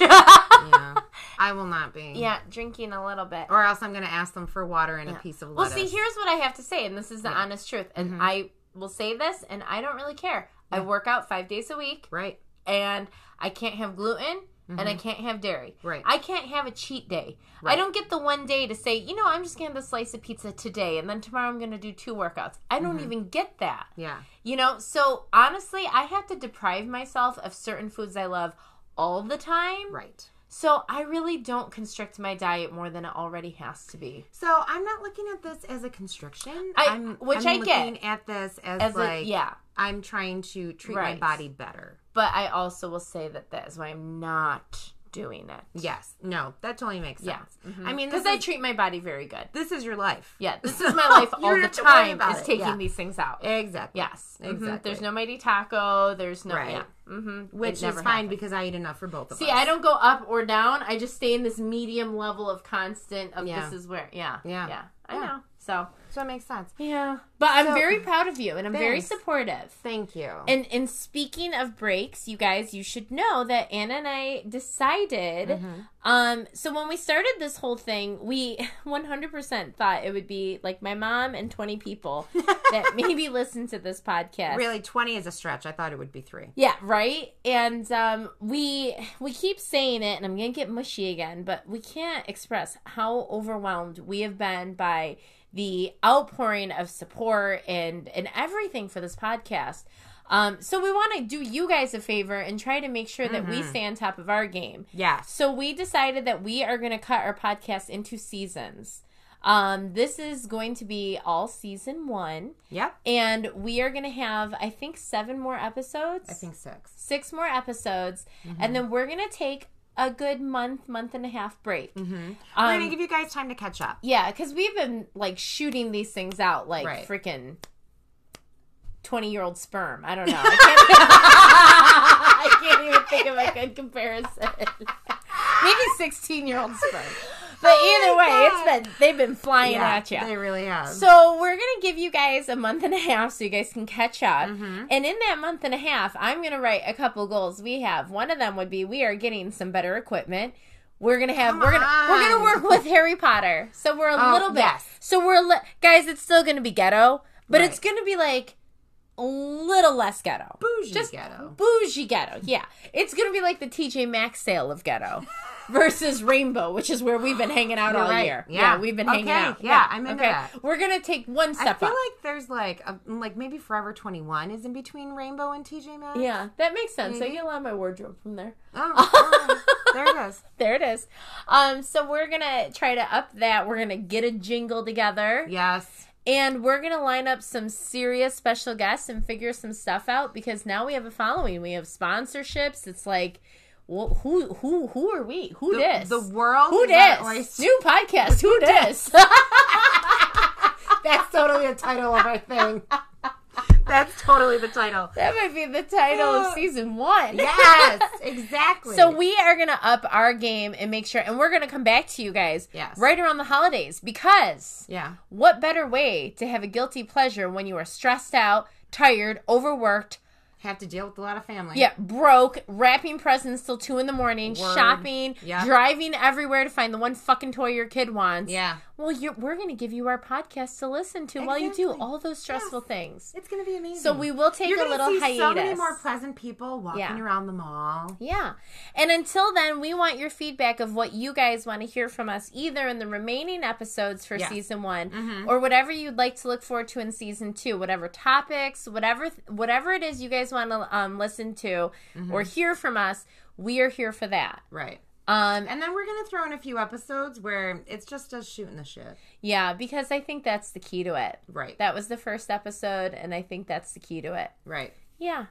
S2: yeah, I will not be.
S1: yeah, drinking a little bit.
S2: or else I'm going to ask them for water and a piece of
S1: Well,
S2: lettuce. Mm-hmm.
S1: see, here's what I have to say, and this is the honest truth, and I will say this, and I don't really care. I work out five days a week,
S2: right? Mm-hmm.
S1: and I can't have gluten. And I can't have dairy.
S2: Right.
S1: I can't have a cheat day. I don't get the one day to say, you know, I'm just gonna have a slice of pizza today, and then tomorrow I'm gonna do two workouts. I don't even get that.
S2: Mm-hmm. Yeah,
S1: You know, so honestly, I have to deprive myself of certain foods I love all the time.
S2: right.
S1: So I really don't constrict my diet more than it already has to be.
S2: So I'm not looking at this as a constriction.
S1: I-
S2: am
S1: which
S2: I'm
S1: I get.
S2: looking at this as,
S1: As
S2: like
S1: a, yeah,
S2: I'm trying to treat
S1: Right.
S2: my body better.
S1: but I also will say that that is why I'm not doing it
S2: Yes. No, that totally makes sense.
S1: Yeah.
S2: I mean, this
S1: because I
S2: is,
S1: treat my body very good.
S2: this is your life.
S1: Yeah, this
S2: So
S1: is my life
S2: you
S1: all
S2: don't
S1: the
S2: have to worry
S1: time
S2: about
S1: is
S2: it.
S1: taking
S2: Yeah.
S1: these things out.
S2: Exactly.
S1: yes, Mhm.
S2: Exactly.
S1: There's no mighty taco. There's no
S2: Right.
S1: yeah, mm-hmm.
S2: Which is fine because I eat enough for both of
S1: See,
S2: us.
S1: I don't go up or down. I just stay in this medium level of constant of
S2: Yeah.
S1: this is where yeah
S2: Yeah.
S1: yeah I
S2: Yeah.
S1: know so.
S2: So it makes sense.
S1: Yeah. But I'm
S2: So-
S1: very proud of you and I'm very
S2: Thanks.
S1: supportive.
S2: Thank you.
S1: And in speaking of breaks, you guys, you should know that Anna and I decided um so when we started this whole thing, we 100% thought it would be like my mom and 20 people that maybe listen to this podcast.
S2: really, 20 is a stretch. I thought it would be three.
S1: Yeah, right. And um, we we keep saying it, and I'm gonna get mushy again, but we can't express how overwhelmed we have been by the outpouring of support and and everything for this podcast. Um, so we want to do you guys a favor and try to make sure that we
S2: Mm-hmm.
S1: stay on top of our game.
S2: Yes.
S1: So we decided that we are going to cut our podcast into seasons. Um, this is going to be all season one,
S2: Yep.
S1: and we are going to have, I think, seven more episodes.
S2: I think six.
S1: six more episodes,
S2: Mm-hmm.
S1: and then we're going to take a good month, month and a half break.
S2: Mm-hmm.
S1: Um,
S2: We're gonna give you guys time to catch up.
S1: Yeah, because we've been like shooting these things out like
S2: Right.
S1: freaking twenty-year-old sperm. I don't know. I can't, I can't even think of a good comparison. Maybe sixteen-year-old sperm. But
S2: Oh
S1: either way, it's been they've been flying at you.
S2: They really have.
S1: So we're gonna give you guys a month and a half so you guys can catch up.
S2: Mm-hmm.
S1: And in that month and a half, I'm gonna write a couple goals we have. One of them would be we are getting some better equipment. We're gonna have we're gonna we're gonna
S2: on.
S1: work with Harry Potter. So we're a
S2: Oh,
S1: little bit.
S2: yes.
S1: So we're li- guys. It's still gonna be ghetto, but it's gonna be like a little less ghetto.
S2: Bougie
S1: Just
S2: ghetto.
S1: Bougie ghetto. Yeah, it's gonna be like the TJ Maxx sale of ghetto. Versus Rainbow, which is where we've been hanging out
S2: You're
S1: all
S2: right.
S1: year.
S2: Yeah.
S1: we've been hanging
S2: Okay.
S1: out.
S2: Yeah, I'm into that.
S1: We're gonna take one
S2: I
S1: step
S2: feel
S1: up.
S2: like there's like a, like maybe Forever 21 is in between Rainbow and TJ Maxx.
S1: yeah, that makes sense. I get a lot of my wardrobe from there.
S2: Oh, oh, there it is.
S1: There it is. Um, so we're gonna try to up that. We're gonna get a jingle together,
S2: Yes.
S1: and we're gonna line up some serious special guests and figure some stuff out because now we have a following. We have sponsorships. It's like, wh- who who who are we? Who
S2: The,
S1: dis?
S2: the world.
S1: Who
S2: is an
S1: dis?
S2: oyster.
S1: New podcast. Who dis?
S2: That's totally the title of our thing. That's totally the title.
S1: that might be the title of season one.
S2: Yes, exactly.
S1: So we are gonna up our game and make sure, and we're gonna come back to you guys
S2: Yes.
S1: right around the holidays because
S2: yeah.
S1: what better way to have a guilty pleasure when you are stressed out, tired, overworked,
S2: Have to deal with a lot of family.
S1: yeah, broke, wrapping presents till two in the morning, shopping,
S2: Yeah.
S1: driving everywhere to find the one fucking toy your kid wants.
S2: Yeah.
S1: Well, you're, we're gonna give you our podcast to listen to while you do
S2: Exactly.
S1: all those stressful things.
S2: It's gonna be amazing.
S1: So we will take
S2: You're
S1: a
S2: gonna
S1: little
S2: see
S1: hiatus.
S2: so many more pleasant people walking
S1: Yeah.
S2: around the mall.
S1: Yeah. And until then, we want your feedback of what you guys want to hear from us, either in the remaining episodes for
S2: Yes. Mm-hmm.
S1: season one or whatever you'd like to look forward to in season two, whatever topics, whatever whatever it is you guys want to um, listen to
S2: Mm-hmm.
S1: or hear from us, we are here for that.
S2: Right.
S1: Um,
S2: And then we're gonna throw in a few episodes where it's just us shooting the shit.
S1: yeah, because I think that's the key to it.
S2: Right.
S1: That was the first episode, and I think that's the key to it.
S2: right.
S1: Yeah.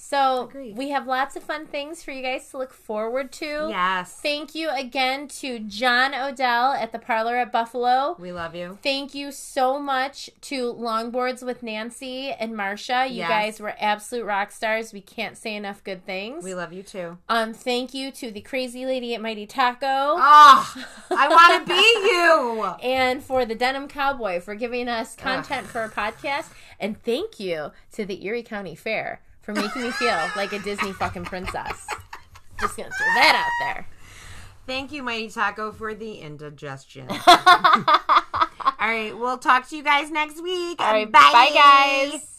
S1: So
S2: Agreed.
S1: we have lots of fun things for you guys to look forward to.
S2: Yes.
S1: Thank you again to John Odell at the Parlor at Buffalo.
S2: We love you.
S1: Thank you so much to Longboards with Nancy and Marsha. You
S2: Yes.
S1: guys were absolute rock stars. We can't say enough good things.
S2: We love you too.
S1: um, thank you to the crazy lady at Mighty Taco
S2: Oh, I want to be
S1: and for the Denim Cowboy for giving us content for our podcast. And thank you to the Erie County Fair for making me feel like a Disney fucking princess. Just gonna throw that out there.
S2: you. Thank you, Mighty Taco, for the indigestion. All right, we'll talk to you guys next week.
S1: All right, bye guys.